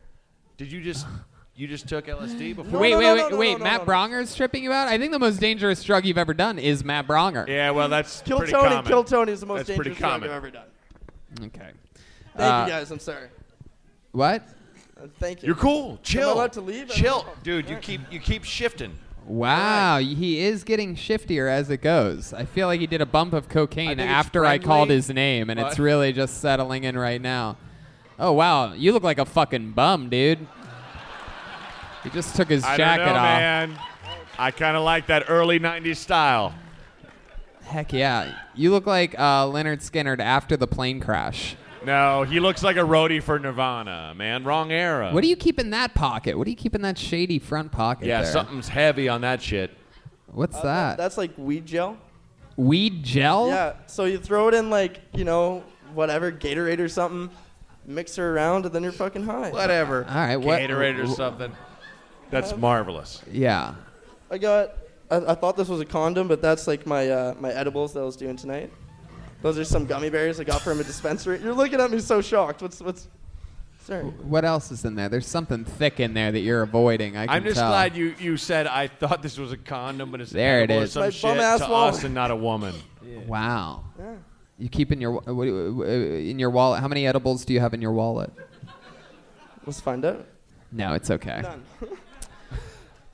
Did you just you just took LSD before?
wait, wait, wait, wait. Matt Bronger's tripping you out. I think the most dangerous drug you've ever done is Matt Bronger.
Yeah, well, that's
Kill Tony. Kill Tony is the most dangerous drug I've ever done.
Okay.
Thank
Uh,
you guys. I'm sorry.
What?
Uh, thank you.
You're cool. Chill.
Am I allowed to leave?
Chill, dude. You keep you keep shifting.
Wow, he is getting shiftier as it goes. I feel like he did a bump of
I
cocaine
think it's
after I
friendly,
called his name, and it's
but-
really just settling in right now. Oh wow, you look like a fucking bum, dude. He just took his
I don't
jacket
know,
off.
man. I kind of like that early '90s style.
Heck yeah, you look like uh, Leonard Skinner after the plane crash.
No, he looks like a roadie for Nirvana, man. Wrong era.
What do you keep in that pocket? What do you keep in that shady front pocket?
Yeah,
there?
something's heavy on that shit.
What's
Uh,
that?
That's like weed gel.
Weed gel?
Yeah. So you throw it in like you know whatever Gatorade or something, mix her around, and then you're fucking high.
Whatever.
All right, what-
Gatorade or something. That's marvelous.
Yeah.
I got. I, I thought this was a condom, but that's like my uh, my edibles that I was doing tonight. Those are some gummy bears I got from a dispensary. You're looking at me so shocked. What's what's? Sorry.
What else is in there? There's something thick in there that you're avoiding. I can
I'm just
tell.
glad you, you said I thought this was a condom, but it's
There it
edible or
is.
some
My
shit
bum-ass
to
wallet.
us and not a woman.
Wow.
Yeah.
You keep in your wa- what do you- uh, in your wallet. How many edibles do you have in your wallet?
Let's find out.
No, it's okay.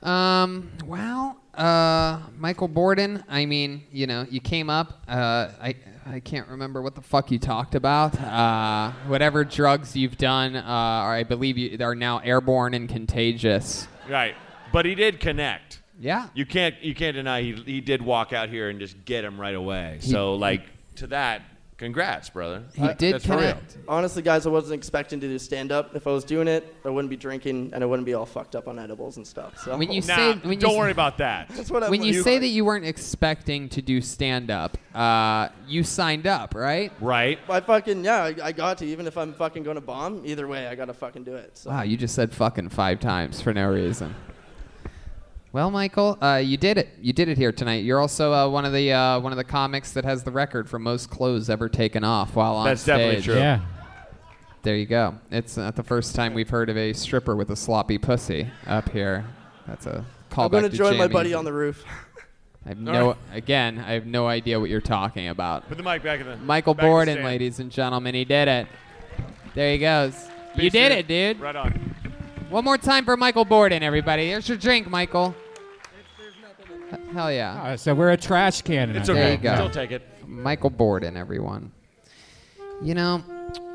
um. Well, uh, Michael Borden. I mean, you know, you came up. Uh, I I can't remember what the fuck you talked about. Uh, whatever drugs you've done uh, are, I believe you are now airborne and contagious.
Right, but he did connect.
Yeah.
You can't you can't deny he he did walk out here and just get him right away. so like to that, congrats, brother. Uh, that's for real.
Honestly, guys, I wasn't expecting to do stand up. If I was doing it, I wouldn't be drinking and I wouldn't be all fucked up on edibles and stuff. So
When you say, when you, s-
That's what I
when you
was-
say that you weren't expecting to do stand up, uh, you signed up, right?
Right.
I fucking yeah, I, I got to. Even if I'm fucking going to bomb, either way, I gotta fucking do it. So
Wow, you just said fucking five times for no reason. Well, Michael, uh, you did it. You did it here tonight. You're also uh, one of the uh, one of the comics that has the record for most clothes ever taken off while on
That's
stage.
definitely true. Yeah.
There you go. It's not the first time we've heard of a stripper with a sloppy pussy up here. That's a callback
I'm gonna
to
join my
Jamie.
buddy on the roof.
I have
All
no.
right.
Again, I have no idea what you're talking about.
Put the mic back in the-
Michael
back in the
Borden,
stand.
ladies and gentlemen, he did it. There he goes. you
Peace,
did it, dude.
Right on.
One more time for Michael Borden, everybody. Here's your drink, Michael. H- Hell yeah.
Uh, so we're a trash can.
It's
tonight.
okay. There you go. Still
take it.
Michael Borden, everyone. You know,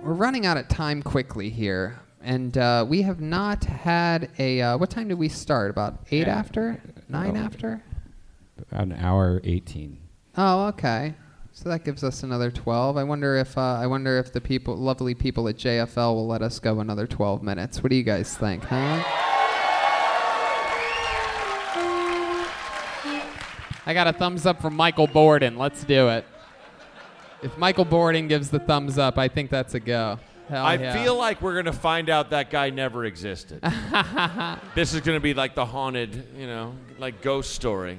we're running out of time quickly here, and uh, we have not had a. Uh, what time did we start? About eight
Yeah.
after, nine
Oh.
after.
An hour eighteen.
Oh, okay. So that gives us another twelve. I wonder if uh, I wonder if the people, lovely people at JFL, will let us go another twelve minutes. What do you guys think, huh? I got a thumbs up from Michael Borden. Let's do it. If Michael Borden gives the thumbs up, I think that's a go. Hell
I
yeah.
feel like we're gonna find out that guy never existed. this is gonna be like the haunted, you know, like ghost story.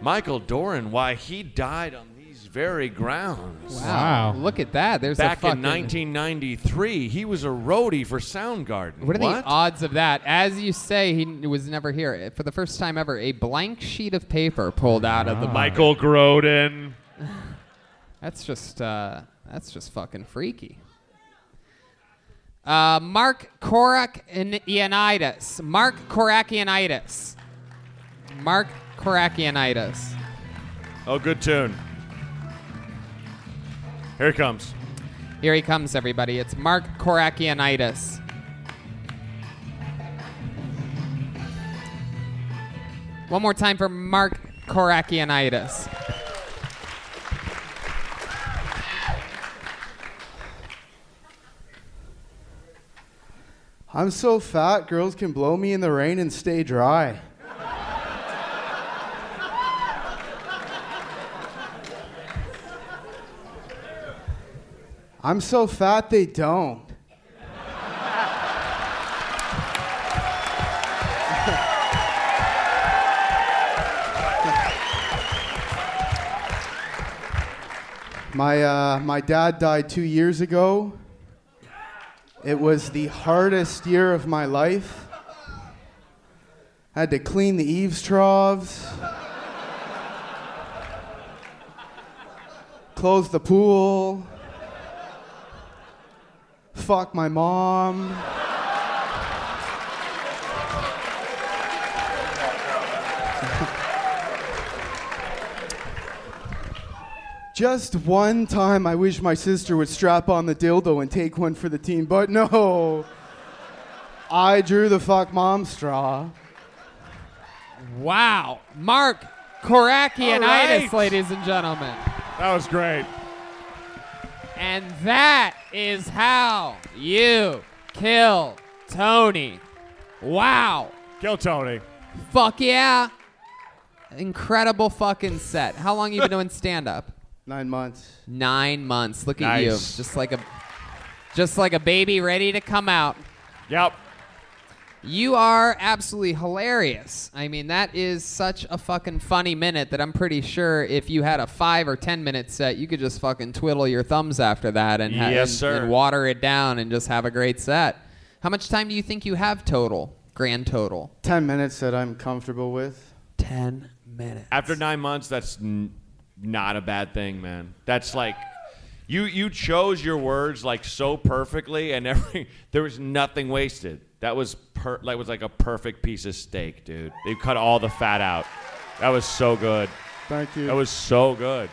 Michael Doran, why he died on these very grounds.
Wow. Wow. Look at that. There's a
back
fucking-
in 1993. He was a roadie for Soundgarden.
What are the odds of that? As you say, he n- was never here. For the first time ever, a blank sheet of paper pulled out of the
Ah. Michael Groden.
That's just uh, that's just fucking freaky. Uh, Mark Korakianitis. Mark Korakianitis. Mark Korakianitis.
Oh, good tune. Here it comes.
Here he comes, everybody. It's Mark Korakianitis. One more time for Mark Korakianitis.
I'm so fat, girls can blow me in the rain and stay dry. I'm so fat, they don't. My, uh, my dad died two years ago. It was the hardest year of my life. had to clean the eaves troughs, close the pool, fuck my mom. Just one time, I wish my sister would strap on the dildo and take one for the team, but no. I drew the fuck mom straw.
Wow. Mark Korakianitis,
All right.
ladies and gentlemen.
That was great.
And that is how you kill Tony. Wow.
Kill Tony.
Fuck yeah. Incredible fucking set. How long you been doing stand up?
Nine months.
Nine months. Look at you.
Nice.
Just like a just like a baby ready to come out.
Yep.
You are absolutely hilarious. I mean, that is such a fucking funny minute that I'm pretty sure if you had a five or ten minute set, you could just fucking twiddle your thumbs after that and, ha-
Yes,
and-
sir.
and water it down and just have a great set. How much time do you think you have total? Grand total.
10 minutes that I'm comfortable with.
10 minutes.
After nine months, that's n- not a bad thing, man. That's like you you chose your words like so perfectly, and every there was nothing wasted. That was per, like was like a perfect piece of steak, dude. They cut all the fat out. That was so good.
Thank you.
That was so good.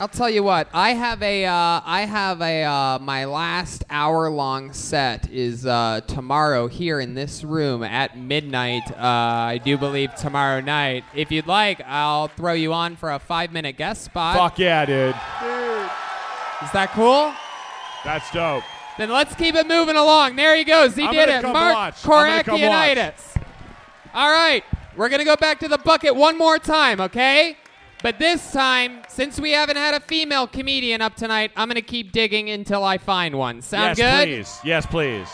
I'll tell you what. I have a. Uh, I have a. Uh, my last hour long set is uh, tomorrow here in this room at midnight. Uh, I do believe tomorrow night. If you'd like, I'll throw you on for a five minute guest spot.
Fuck yeah, dude.
Is that cool?
That's dope.
Then let's keep it moving along. There he goes. He
I'm
did
gonna
it.
come
Mark
watch. I'm gonna come watch.
Korakianitis. All right. We're going to go back to the bucket one more time, okay? But this time, since we haven't had a female comedian up tonight, I'm going to keep digging until I find one.
yes,
Sound good?
please. Yes, please.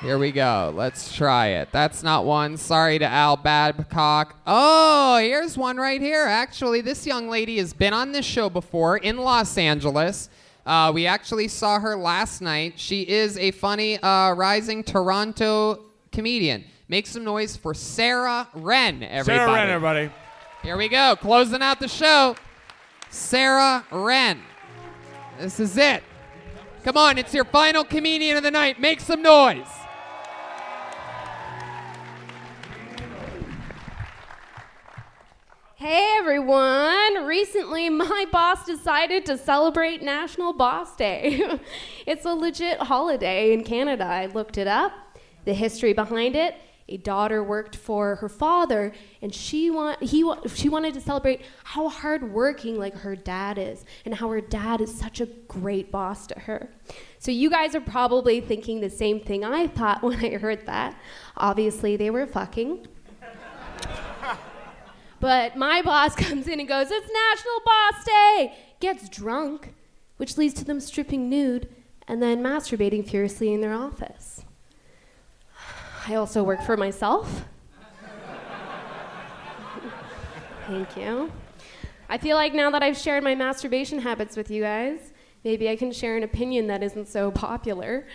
Here we go. Let's try it. That's not one. Sorry to Al Babcock. Oh, here's one right here. Actually, this young lady has been on this show before in Los Angeles. Uh, we actually saw her last night. She is a funny uh, rising Toronto comedian. Make some noise for Sarah Wren, everybody.
Sarah Wren, everybody.
Here we go. Closing out the show. Sarah Wren. This is it. Come on, it's your final comedian of the night. Make some noise.
Hey everyone! Recently, my boss decided to celebrate National Boss Day. it's a legit holiday in Canada. I looked it up, the history behind it. A daughter worked for her father, and she want he wa- she wanted to celebrate how hardworking like her dad is, and how her dad is such a great boss to her. So you guys are probably thinking the same thing I thought when I heard that. Obviously, they were fucking. But my boss comes in and goes, It's National Boss Day! Gets drunk, which leads to them stripping nude and then masturbating furiously in their office. I also work for myself. Thank you. I feel like now that I've shared my masturbation habits with you guys, maybe I can share an opinion that isn't so popular.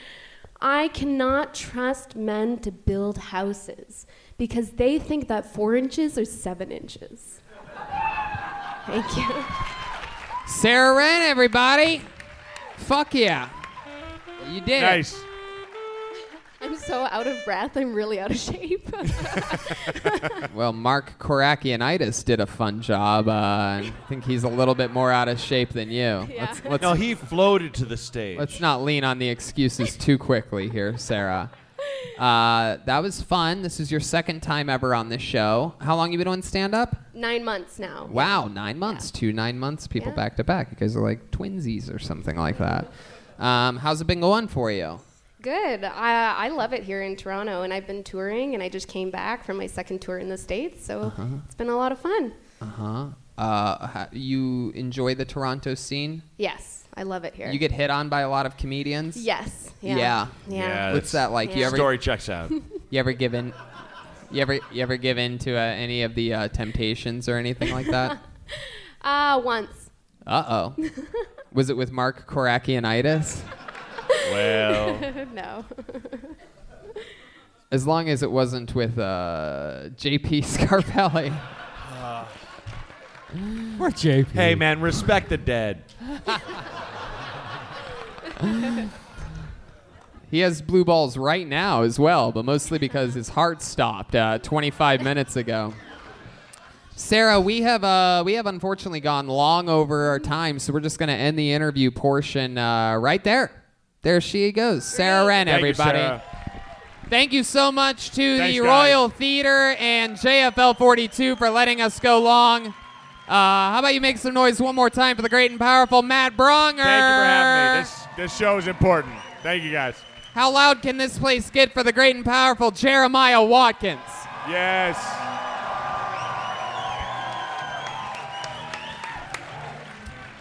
I cannot trust men to build houses because they think that four inches are seven inches. Thank you.
Sarah Wren, everybody. Fuck yeah. You did. it.
Nice.
I'm so out of breath. I'm really out of shape.
Well, Mark Korakianitis did a fun job. Uh, I think he's a little bit more out of shape than you. Let's, let's,
no, he floated to the stage.
let's not lean on the excuses too quickly here, Sarah. Uh, that was fun. This is your second time ever on this show. How long you been on stand up?
Nine months now.
Wow, nine months. Two nine months, people back to back. You guys are like twinsies or something like that. Um, how's it been going for you?
Good. I, I love it here in Toronto, and I've been touring, and I just came back from my second tour in the States, so
Uh-huh.
it's been a lot of fun.
Uh-huh. Uh ha- You enjoy the Toronto scene?
Yes, I love it here.
You get hit on by a lot of comedians.
Er Yes. Yeah.
Yeah.
Yeah. Yeah,
What's that like? You
Yeah.
ever
Story checks out.
you ever given? You ever you ever give in to uh, any of the uh, temptations or anything like that?
Uh, once.
Uh oh. Was it with Mark Korakianitis?
no.
As long as it wasn't with uh, JP Scarpelli.
We're JP.
Hey, man, respect the dead.
He has blue balls right now as well, but mostly because his heart stopped uh, 25 minutes ago. Sarah, we have uh, we have unfortunately gone long over our time, so we're just going to end the interview portion uh, right there. There she goes, Sarah Wren,
Thank you,
everybody.
Sarah.
Thank you so much to
Thanks,
the
guys.
Royal Theater and JFL 42 for letting us go long. Uh, how about you make some noise one more time for the great and powerful Matt Bronger?
Thank you for having me. This this show is important. Thank you guys.
How loud can this place get for the great and powerful Jeremiah Watkins?
Yes.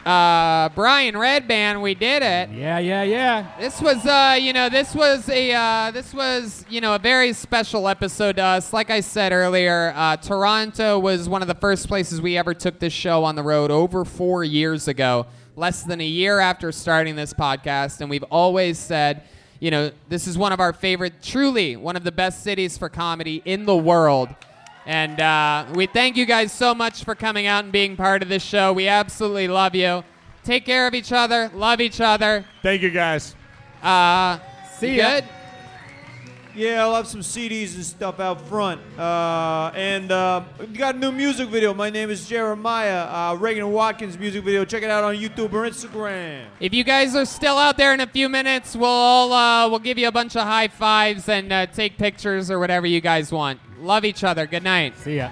Uh, Brian Redband, we did it.
Yeah, yeah, yeah.
This was, uh, you know, this was a, uh, this was, you know, a very special episode to us. Like I said earlier, uh, Toronto was one of the first places we ever took this show on the road over four years ago, less than a year after starting this podcast, and we've always said, you know, this is one of our favorite, truly one of the best cities for comedy in the world. And uh, we thank you guys so much for coming out and being part of this show. We absolutely love you. Take care of each other. Love each other.
Thank you guys.
Uh,
See
you
ya.
good?
Yeah, I'll have some CDs and stuff out front. Uh, and uh, we got a new music video. My name is Jeremiah. Uh, Reagan Watkins music video. Check it out on YouTube or Instagram.
If you guys are still out there in a few minutes, we'll all, uh, we'll give you a bunch of high fives and uh, take pictures or whatever you guys want. Love each other. Good night.
See ya.